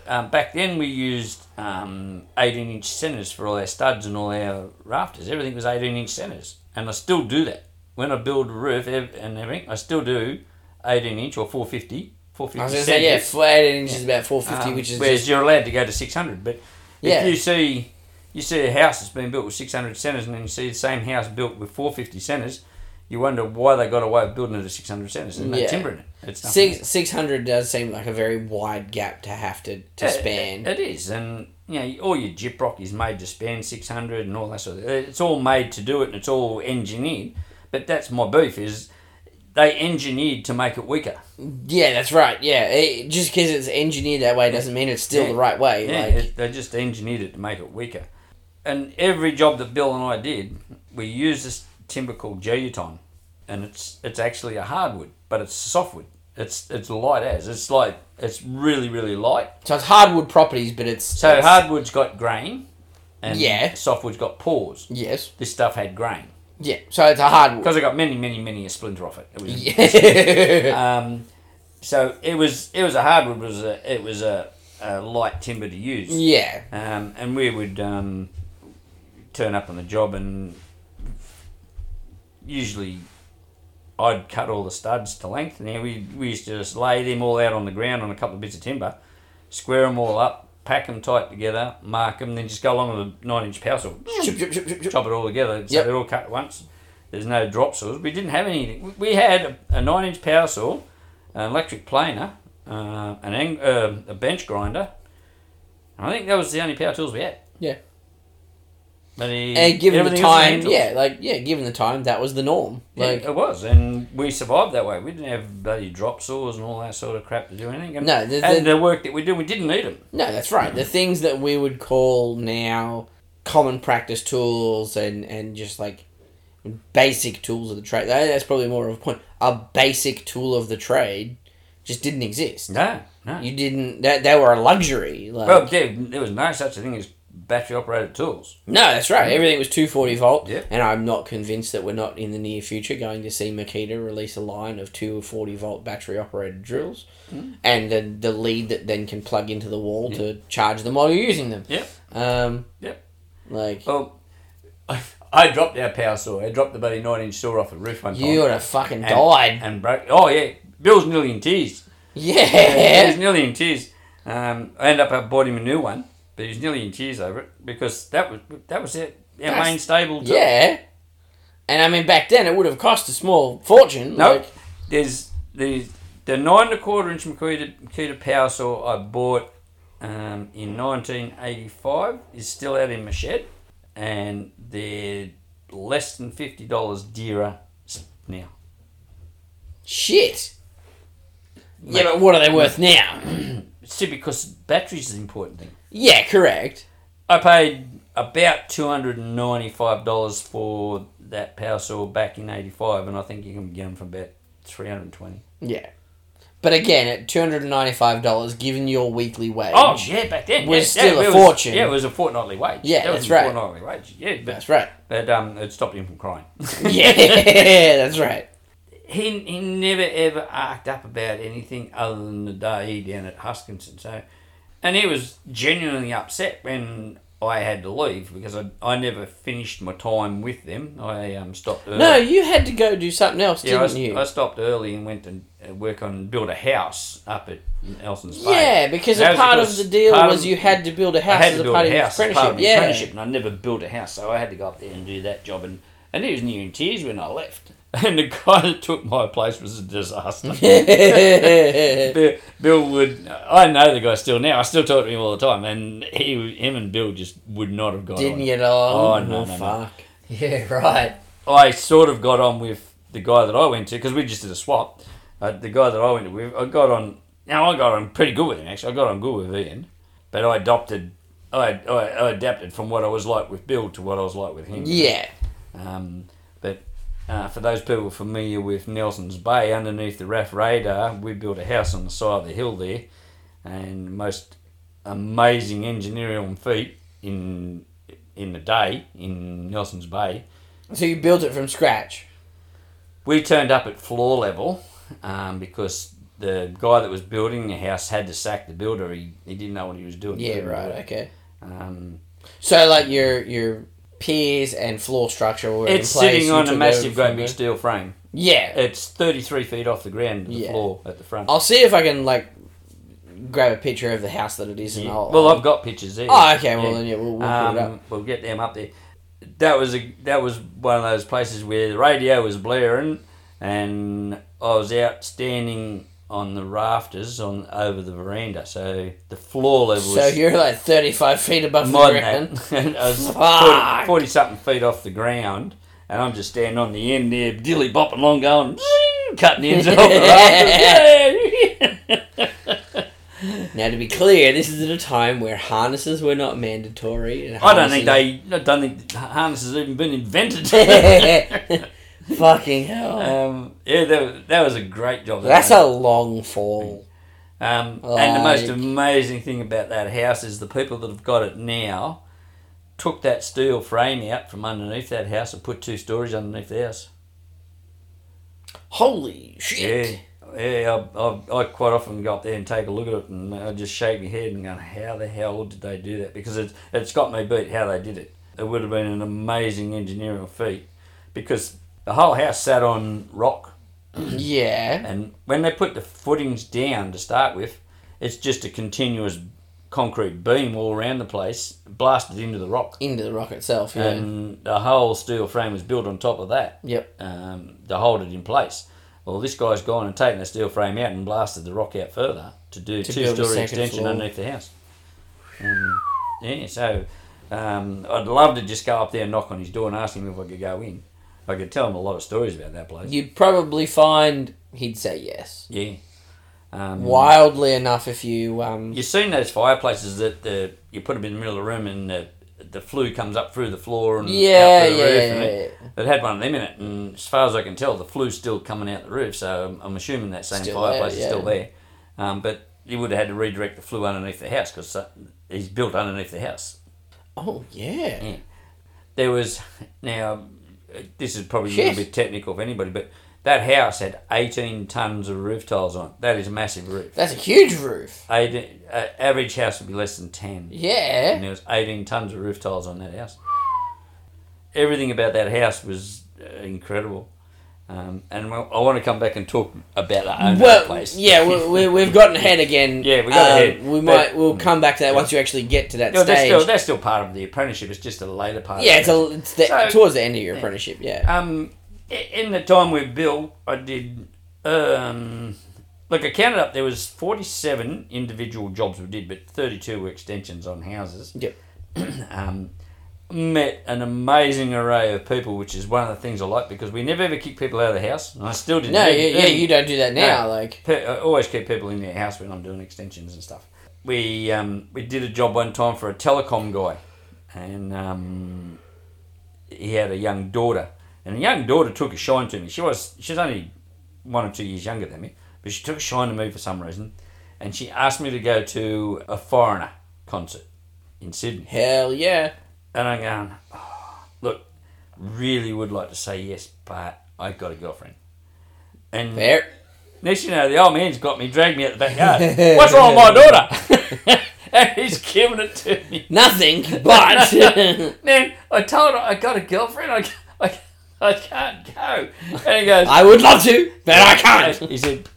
B: um, back then we used um, 18 inch centers for all our studs and all our rafters. Everything was 18 inch centers. And I still do that. When I build a roof ev- and everything, I still do 18 inch or 450.
A: I was
B: 450
A: gonna say yeah,
B: centres.
A: flat inch is about four fifty,
B: Um,
A: which is
B: whereas
A: just,
B: you're allowed to go to 600. But
A: Yeah.
B: if you see you see a house that's been built with 600 centers and then you see the same house built with 450 centers, you wonder why they got away with building it at 600 centers and no
A: Yeah.
B: timber in it. It's nothing.
A: six six hundred does seem like a very wide gap to have to to
B: Yeah,
A: span.
B: it is, and you know, all your gyprock is made to span six hundred and all that sort of. uh, It's all made to do it, and it's all engineered. But that's my beef is they engineered to make it weaker.
A: yeah, that's right. Yeah, it, just because it's engineered that way doesn't mean it's still the right way.
B: Yeah,
A: like
B: it- they just engineered it to make it weaker. And every job that Bill and I did, we used this timber called Geoton, and it's it's actually a hardwood, but it's softwood. It's it's light as it's like it's really really light.
A: so, it's hardwood properties, but it's
B: So
A: it's-
B: hardwood's got grain, and
A: Yeah.
B: softwood's got pores.
A: Yes.
B: this stuff had grain
A: Yeah. So it's a hardwood.
B: because I got many, many, many a splinter off it. It was
A: Yeah.
B: um, so it was it was a hardwood. It was a it was a, a light timber to use.
A: yeah.
B: Um, and we would um, turn up on the job and usually I'd cut all the studs to length. And then we, we used to just lay them all out on the ground on a couple of bits of timber, square them all up, pack them tight together, mark them, then just go along with a nine inch power saw.
A: Chup, chup, chup, chup, chup.
B: chop it all together so
A: Yep.
B: they're all cut at once. There's no drop saws. We didn't have anything. We- We had a, a nine inch power saw, an electric planer, uh, an ang- uh, a bench grinder. And I think that was the only power tools we had.
A: Yeah.
B: But he,
A: And given the
B: everything else was
A: time,
B: hand tools.
A: yeah, like yeah, given the time, that was the norm.
B: Yeah,
A: Like
B: it was, and we survived that way. We didn't have bloody drop saws and all that sort of crap to do anything. And,
A: No, the-
B: and
A: the-
B: the work that we did, we didn't need them.
A: no, that's right. The things that we would call now common practice tools and and just like basic tools of the trade. that- That's probably more of a point. A basic tool of the trade just didn't exist.
B: No, no.
A: You didn't. That they were a luxury. Like
B: well, there, there was no such a thing as battery operated tools.
A: No, that's right. Everything was 240 volt,
B: Yeah.
A: and I'm not convinced that we're not in the near future going to see Makita release a line of 240 volt battery operated drills,
B: Hmm.
A: and the, the lead that then can plug into the wall to charge them while you're using them.
B: Yep.
A: Um,
B: Yep.
A: Like
B: Well, Um, I, I dropped our power saw. I dropped the bloody nine inch saw off the roof one time.
A: you would have fucking
B: oh. and,
A: died.
B: and broke. Oh yeah, Bill's nearly in tears. He was
A: yeah.
B: nearly in tears. Um, I ended up I bought him a new one, but he was nearly in tears over it because that was that was it. Our
A: That's-
B: main stable. tool.
A: Yeah. And I mean, back then it would have cost a small fortune.
B: No,
A: Like,
B: there's there's the nine and a quarter inch Makita, Makita power saw I bought um, in 1985 is still out in my shed, and they're less than fifty dollars dearer s- now.
A: shit. Yeah, but what are they worth now?
B: See, because batteries is an important thing.
A: yeah, correct.
B: I paid about two hundred and ninety-five dollars for that power saw back in '85, and I think you can get them for about three hundred and twenty.
A: Yeah. But again, at two hundred and ninety-five dollars, given your weekly wage,
B: Oh yeah, back then
A: Was
B: yeah,
A: still
B: that
A: a
B: was-
A: fortune.
B: Yeah, it was a fortnightly wage.
A: Yeah,
B: that was
A: that's
B: a
A: right.
B: Fortnightly wage. Yeah, but,
A: that's right.
B: but um, it stopped him from crying.
A: Yeah, that's right.
B: he he never ever arced up about anything other than the day down at Huskinson. So, and he was genuinely upset when I had to leave because I, I never finished my time with them. I um, stopped early.
A: No, you had to go do something else,
B: yeah, I,
A: didn't
B: s-
A: you?
B: I stopped early and went and uh, work on build a house up at Elson's Bay.
A: yeah, because
B: That
A: a
B: was
A: part of
B: because
A: the deal
B: part
A: was
B: of-
A: you had to build a
B: I
A: house
B: had
A: as
B: to
A: a
B: build
A: part
B: a
A: of your
B: house as
A: apprenticeship.
B: part of my
A: yeah,
B: apprenticeship, and I never built a house, so I had to go up there and do that job. And, and he was near in tears when I left. And the guy that took my place was a disaster. Bill, Bill would. I know the guy still now. I still talk to him all the time, and he, him, and Bill just would not have got
A: didn't
B: on.
A: get along.
B: Oh, no, no, no.
A: fuck. Yeah, right.
B: I sort of got on with the guy that I went to because we just did a swap. Uh, the guy that I went to with, I got on. Now I got on pretty good with him actually. I got on good with Ian, but I adopted. I, I, I adapted from what I was like with Bill to what I was like with him.
A: Yeah,
B: Um, but uh, for those people familiar with Nelson's Bay, underneath the RAF radar, we built a house on the side of the hill there, and most amazing engineering feat in in the day in Nelson's Bay.
A: so you built it from scratch.
B: We turned up at floor level um, because the guy that was building the house had to sack the builder. He, he didn't know what he was doing.
A: Yeah, right, okay.
B: Um,
A: So like your your piers and floor structure were
B: it's
A: in place.
B: sitting
A: you
B: on a
A: took
B: massive
A: over
B: great
A: from
B: big
A: the-
B: steel frame.
A: Yeah.
B: It's 33 feet off the ground, the
A: Yeah. Oh,
B: floor at the front.
A: I'll see if I can like grab a picture of the house that it is and
B: Yeah.
A: I'll
B: Well, I've got pictures there.
A: Oh okay, well
B: Yeah.
A: then yeah, we'll, we'll put it up.
B: Um, we'll get them up there. That was a that was one of those places where the radio was blaring, and I was out standing on the rafters on over the veranda, so the floor level
A: So
B: was
A: you're like thirty five feet above
B: more
A: the
B: than
A: ground.
B: that. And I was
A: Fuck.
B: 40, something feet off the ground, and I'm just standing on the end there, dilly bopping along, going zing, cutting the ends off the rafters.
A: Now to be clear, this is at a time where harnesses were not mandatory. and
B: I don't think
A: harnesses-
B: they. I don't think harnesses even been invented.
A: Fucking hell.
B: Um, yeah, that, that was a great job.
A: That's a long fall.
B: um, and the most
A: like-
B: amazing thing about that house is the people that have got it now took that steel frame out from underneath that house and put two stories underneath the house.
A: Holy shit.
B: Yeah, yeah. I, I, I quite often go up there and take a look at it, and I just shake my head and go, "How the hell did they do that?" Because it's it's got me beat how they did it. It would have been an amazing engineering feat, because the whole house sat on rock.
A: Yeah.
B: And when they put the footings down to start with, it's just a continuous concrete beam all around the place, blasted into the rock.
A: Into the rock itself, yeah.
B: And the whole steel frame was built on top of that
A: yep.
B: um, to hold it in place. Well, this guy's gone and taken the steel frame out and blasted the rock out further to do
A: To
B: two
A: build a
B: story
A: second
B: extension
A: floor.
B: underneath the house. Um, yeah, so um, I'd love to just go up there and knock on his door and ask him if I could go in. I could tell him a lot of stories about that place.
A: You'd probably find he'd say yes.
B: Yeah. Um,
A: Wildly enough, if you. Um,
B: You've seen those fireplaces that the you put them in the middle of the room and the, the flue comes up through the floor and
A: yeah,
B: out through
A: yeah,
B: the roof.
A: yeah,
B: and
A: yeah.
B: it, it had one of them in it, and as far as I can tell, the flue's still coming out the roof. So I'm, I'm assuming that same
A: Still there,
B: fireplace is
A: yeah.
B: still there. Um, but you would have had to redirect the flue underneath the house because he's built underneath the house.
A: Oh, yeah.
B: Yeah. There was now uh, this is probably a
A: Shit.
B: little bit technical for anybody, but that house had 18 tons of roof tiles on. it. That is a massive roof.
A: That's a huge roof.
B: Eighteen- uh, average house would be less than 10 and
A: Yeah.
B: there was 18 tons of roof tiles on that house. Everything about that house was uh, incredible. Um, and well, I want to come back and talk about the owner of the
A: Well,
B: place.
A: yeah, we, we, we've gotten ahead again.
B: Yeah, we got
A: Um,
B: ahead,
A: We
B: but-
A: might, we'll come back to that once you actually get to that
B: No, that's
A: stage.
B: still that's still part of the apprenticeship. It's just a later part.
A: yeah,
B: of
A: it's, a, it's the,
B: So-
A: towards the end of your apprenticeship. Yeah.
B: Um, i- in the time we built, I did. Um, look, I counted up. There was forty-seven individual jobs we did, but thirty-two were extensions on houses.
A: Yep.
B: um, met an amazing array of people, which is one of the things I like because we never ever kick people out of the house, and I still didn't.
A: No,
B: Never-
A: yeah, yeah, you don't do that now.
B: Uh, No.
A: Like,
B: Pe- I always keep people in their house when I'm doing extensions and stuff. We um, we did a job one time for a telecom guy, and um, he had a young daughter, and the young daughter took a shine to me. She was she's only one or two years younger than me, but she took a shine to me for some reason, and she asked me to go to a foreigner concert in Sydney.
A: hell yeah.
B: And I'm going, "Oh, look, really would like to say yes, but I've got a girlfriend. And
A: Fair.
B: next you know, the old man's got me, dragged me out the backyard. What's wrong with my daughter? and he's giving it to me.
A: Nothing, but
B: Man, I told her I got a girlfriend. I, ca- I, ca- I can't go. And he goes,
A: I would love to, but I can't.
B: He said,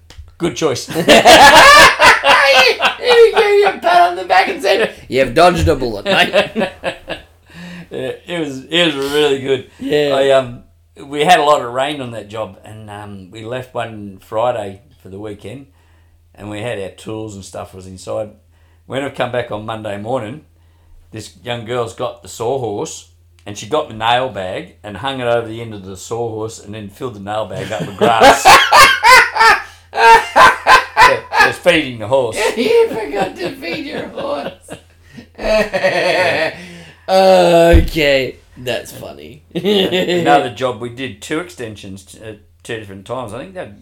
B: good choice.
A: he gave you a pat on the back and said, "You've dodged a bullet, mate."
B: Yeah, it was it was really good.
A: Yeah.
B: I, um, we had a lot of rain on that job, and um, we left one Friday for the weekend, and we had our tools and stuff was inside. When I come back on Monday morning, this young girl's got the sawhorse, and she got the nail bag and hung it over the end of the sawhorse, and then filled the nail bag up with grass. Yeah, Just feeding the horse.
A: you forgot to feed your horse. okay, that's funny.
B: another job we did two extensions t- at two different times. I think that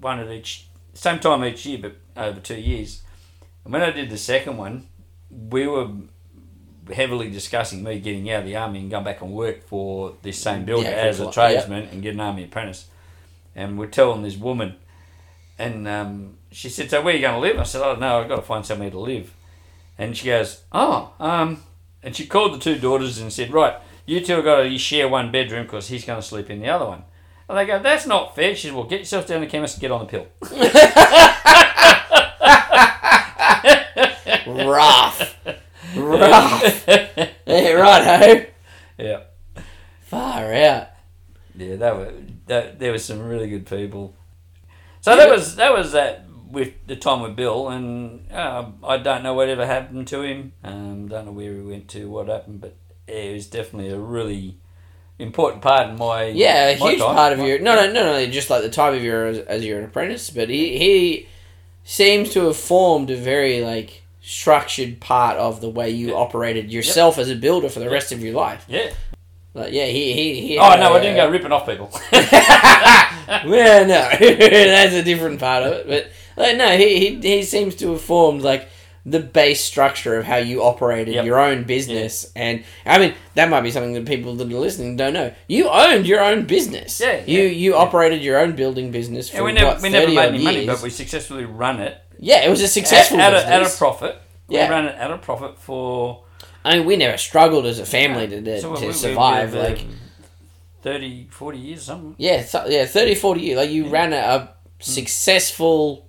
B: one at each same time each year, but over two years. And when I did the second one, we were heavily discussing me getting out of the army and going back and work for this same builder
A: Yeah,
B: as
A: for-
B: a
A: yeah.
B: tradesman and get an army apprentice. And we're telling this woman, And um, she said, So where are you going to live? I said, I don't know. I've got to find somewhere to live. And she goes, Oh, um, and she called the two daughters and said, Right, you two have got to share one bedroom because he's going to sleep in the other one. And they go, That's not fair. She said, Well, get yourself down to the chemist and get on the pill.
A: Rough. Rough. yeah, righto.
B: yeah.
A: Far out.
B: Yeah, that were that, there were some really good people. So that was that was that with the time with Bill, and uh, I don't know whatever happened to him. Um, don't know where he went to, what happened, but it was definitely a really important part in my
A: Yeah, a
B: my
A: huge
B: time.
A: part of your
B: My-
A: no, no, not only just like the time of your as, as you're an apprentice, but he he seems to have formed a very like structured part of the way you
B: Yeah.
A: operated yourself as a builder for the rest of your life.
B: yeah.
A: Like, yeah, he he. he
B: Oh no, I didn't go ripping off people.
A: well, no, that's a different part of it. But like, no, he, he he seems to have formed like the base structure of how you operated
B: Yep.
A: your own business, and I mean that might be something that people that are listening don't know. You owned your own business.
B: Yeah,
A: you
B: yeah,
A: you operated your own building business for
B: and we never
A: what,
B: we never
A: 30
B: made
A: odd
B: any money,
A: years.
B: but we successfully run it
A: yeah, it was a
B: at,
A: successful
B: at, a,
A: business.
B: at a profit.
A: Yeah.
B: We ran it at a profit for
A: I mean, we never struggled as a family to, to,
B: so we-
A: to
B: we- we-
A: survive.
B: we-
A: like
B: 30, 40 years something.
A: Yeah, th- yeah, Hmm. 30, 40 years. Like, you ran a, a successful.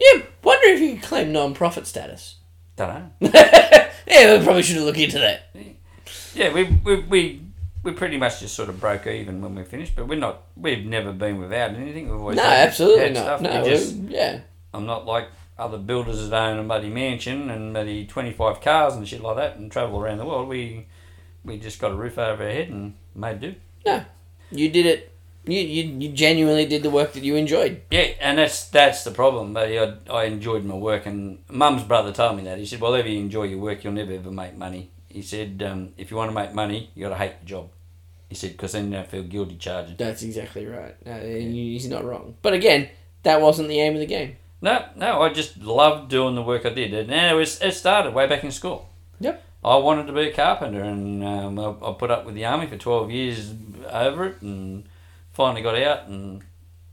A: Yeah, wonder if you could claim non profit status.
B: Don't know.
A: yeah, we probably should have looked into that.
B: Yeah, we, we, we, we pretty much just sort of broke even when we finished, but we're not. We've never been without anything. We've always
A: No,
B: had-
A: absolutely
B: had
A: not.
B: stuff.
A: No,
B: We just-
A: we- yeah.
B: I'm not like other builders that own a muddy mansion and muddy 25 cars and shit like that and travel around the world. We we just got a roof over our head and made do.
A: You did it. You, you, you genuinely did the work that you enjoyed.
B: Yeah, and that's that's the problem. But I, I enjoyed my work, and Mum's brother told me that. He said, "Well, if you enjoy your work, you'll never ever make money." He said, um, "If you want to make money, you got to hate your job." He said, "Because then you don't feel guilty charging."
A: That's exactly right. No, and you- he's not wrong. But again, that wasn't the aim of the game.
B: No, no, I just loved doing the work I did, and and it was it started way back in school.
A: Yep.
B: I wanted to be a carpenter, and um, I, I put up with the army for twelve years over it, and finally got out and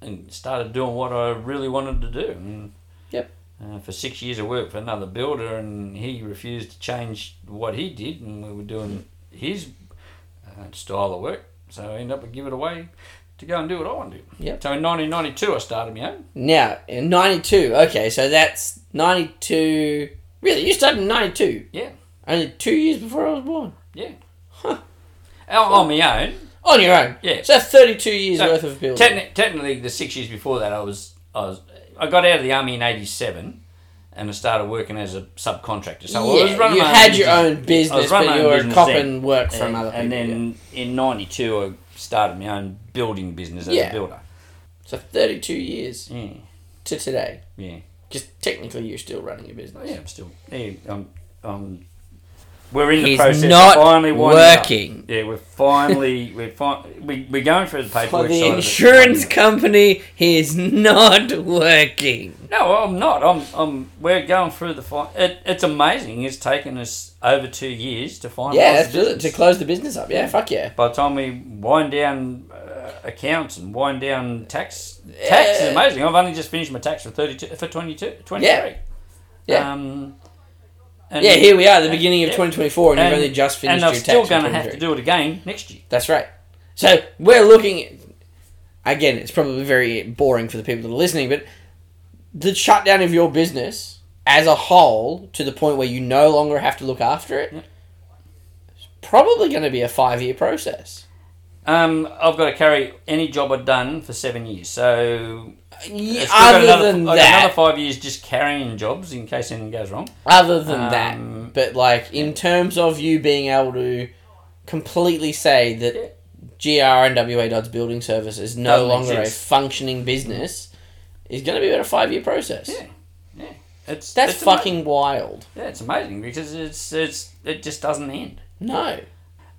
B: and started doing what I really wanted to do. And,
A: Yep.
B: Uh, for six years, I worked for another builder, and he refused to change what he did, and we were doing his uh, style of work. So I ended up giving it away to go and do what I wanted to.
A: Yep.
B: So in 1992, I started my own.
A: Now, in 92, okay, so that's 92. Really, you started in 92?
B: Yeah.
A: Only two years before I was born.
B: Yeah. Out On my own.
A: On your own.
B: Yeah.
A: So that's 32 years
B: So,
A: worth of building.
B: Techni- technically, the six years before that, I was, I was, I got out of the army in '87, and I started working as a subcontractor. So I was
A: yeah,
B: running
A: you
B: my
A: had your own
B: I
A: business,
B: was running
A: but
B: my
A: you
B: own
A: were
B: business
A: copping
B: then.
A: work
B: And,
A: from other people.
B: and
A: yeah.
B: then in '92, I started my own building business as
A: Yeah.
B: a builder.
A: So 32 years
B: Yeah.
A: to today.
B: Yeah. Oh,
A: Because technically you're still running your business.
B: Yeah. I'm still. Yeah. I'm. I'm we're in the
A: He's
B: process. of
A: not
B: finally winding up.
A: working.
B: Yeah, we're finally we're fi- we, we're going through the
A: For
B: paperwork.
A: the
B: side of it.
A: insurance company, he is not working.
B: No, I'm not. I'm. I'm. We're going through the. Fi- it, it's amazing. It's taken us over two years to finalize.
A: Yeah, that's
B: the
A: brilliant. To
B: business.
A: close the business up. Yeah, fuck yeah.
B: By the time we wind down uh, accounts and wind down tax, tax
A: Yeah.
B: is amazing. I've only just finished my tax for thirty two for 22, 23.
A: Yeah.
B: Um, and,
A: Yeah, here we are at the beginning of
B: yeah.
A: 2024 and, you've only just finished
B: And I'm
A: your
B: still
A: tax for
B: going to have to
A: 23.
B: do it again next year.
A: That's right. So we're looking. Again, it's probably very boring for the people that are listening, but the shutdown of your business as a whole to the point where you no longer have to look after it is probably going to be a five year process.
B: Um, I've got to carry any job I've done for seven years. So
A: Yeah,
B: I've still got
A: other
B: another-
A: than
B: I've got
A: that,
B: another five years just carrying jobs in case anything goes wrong.
A: other than
B: Um,
A: that, but like in terms of you being able to completely say that
B: Yeah.
A: GR and WA Dodds Building Service is no
B: Doesn't
A: longer
B: exist.
A: a functioning business is going to be about a five year process.
B: Yeah. It's
A: That's
B: it's ama-
A: fucking wild.
B: yeah, it's amazing because it's it's it just doesn't end.
A: No.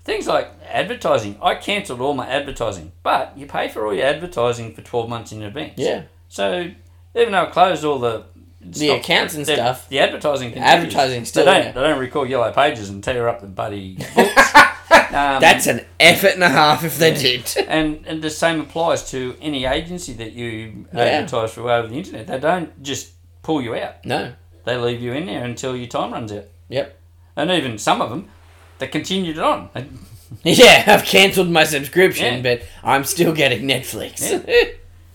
B: Things like advertising, I cancelled all my advertising, but you pay for all your advertising for twelve months in advance.
A: Yeah.
B: So even though I closed all the
A: The accounts and
B: the-
A: stuff.
B: the advertising, continues.
A: advertising still
B: They don't
A: there.
B: they don't recall yellow pages and tear up the bloody books. Um,
A: That's an effort and a half if they did.
B: and, and the same applies to any agency that you
A: Yeah.
B: advertise for over the internet. They don't just pull you out.
A: no.
B: They leave you in there until your time runs out.
A: Yep.
B: And even some of them, they continued it on. They-
A: Yeah, I've cancelled my subscription,
B: Yeah.
A: but I'm still getting Netflix.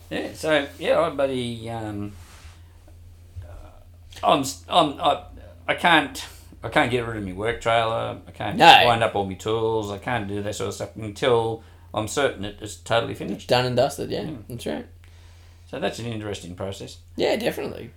B: Yeah. So yeah, I buddy. Um, uh, I'm s- I'm I, I can't I can't get rid of my work trailer. I can't
A: No.
B: wind up all my tools. I can't do that sort of stuff until I'm certain that it's totally finished.
A: Done and dusted, yeah.
B: Yeah.
A: That's right.
B: So that's an interesting process.
A: Yeah, definitely.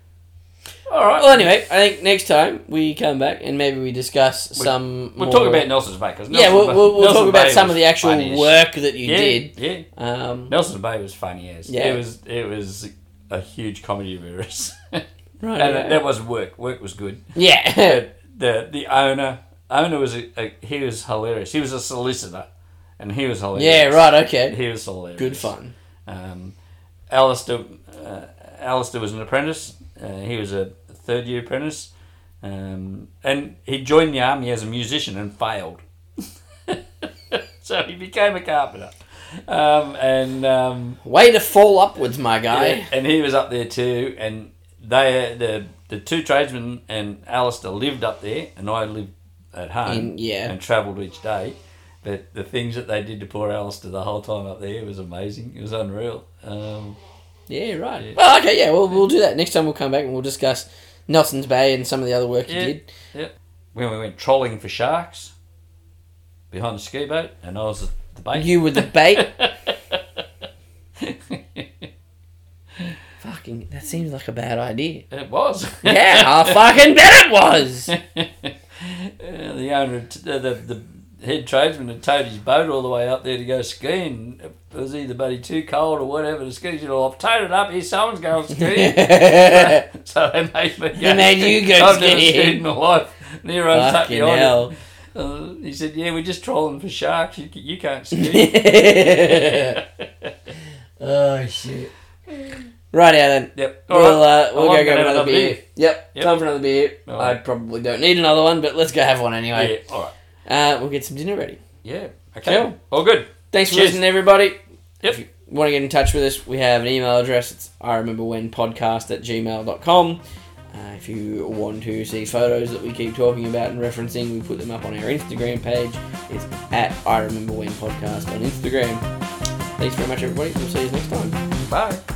B: All right.
A: Well, anyway, I think next time we come back and maybe we discuss some.
B: We'll
A: more-
B: talk about Nelson's Bay because
A: Yeah, we'll, we'll, we'll talk about some of the actual
B: work
A: work that you
B: yeah,
A: did.
B: Yeah,
A: Um,
B: Nelson's Bay was funny as
A: Yeah.
B: it was. It was a huge comedy of errors, and
A: right.
B: that,
A: right.
B: that was work. Work was good.
A: yeah.
B: the the- the owner owner was a, a, he was hilarious. He was a solicitor, and he was hilarious.
A: yeah, right, okay.
B: He was hilarious.
A: Good fun.
B: Um, Alistair uh, Alistair was an apprentice. Uh, he was a third year apprentice, um, and he joined the army as a musician and failed. so he became a carpenter, um, and. Um,
A: Way to fall upwards, my guy.
B: yeah, and he was up there too, and they the the two tradesmen and Alistair lived up there, and I lived at home.
A: In- yeah.
B: and travelled each day. But the things that they did to poor Alistair the whole time up there was amazing. It was unreal. Um,
A: Yeah, right.
B: Yeah.
A: Well, okay, yeah, we'll, we'll do that. Next time we'll come back and we'll discuss Nelson's Bay and some of the other work
B: Yeah.
A: he did.
B: when we went trolling for sharks behind the ski boat, and I was the bait.
A: You were the bait. fucking, that seems like a bad idea.
B: it was.
A: Yeah, I fucking bet it was.
B: Uh, the owner, had t- uh, the, the head tradesman had towed his boat all the way up there to go skiing. It was either buddy too cold or whatever to ski. You know, I've towed it up here, someone's going skiing. so they made me go.
A: They made you go
B: I've never
A: skiing.
B: skied in my life. Nero tapped me
A: fucking
B: on it.
A: hell.
B: Uh, he said, yeah, we're just trolling for sharks. You, c- you can't ski.
A: oh, shit. Right out then.
B: yep. All
A: We'll,
B: right.
A: uh, we'll
B: I'm
A: go
B: gonna
A: grab
B: have
A: another,
B: another
A: beer.
B: beer.
A: Yep,
B: Yep.
A: time for another beer.
B: All
A: I
B: right.
A: probably don't need another one, but let's go have one anyway.
B: yeah, all right.
A: Uh, we'll get some dinner ready.
B: Yeah. Okay.
A: Cool.
B: All good.
A: Thanks for
B: Cheers.
A: listening, everybody.
B: Yep.
A: If you want to get in touch with us, we have an email address. It's I remember when podcast at gmail.com. Uh, if you want to see photos that we keep talking about and referencing, we put them up on our Instagram page. It's at I remember when podcast on Instagram. Thanks very much, everybody. We'll see you next time.
B: Bye.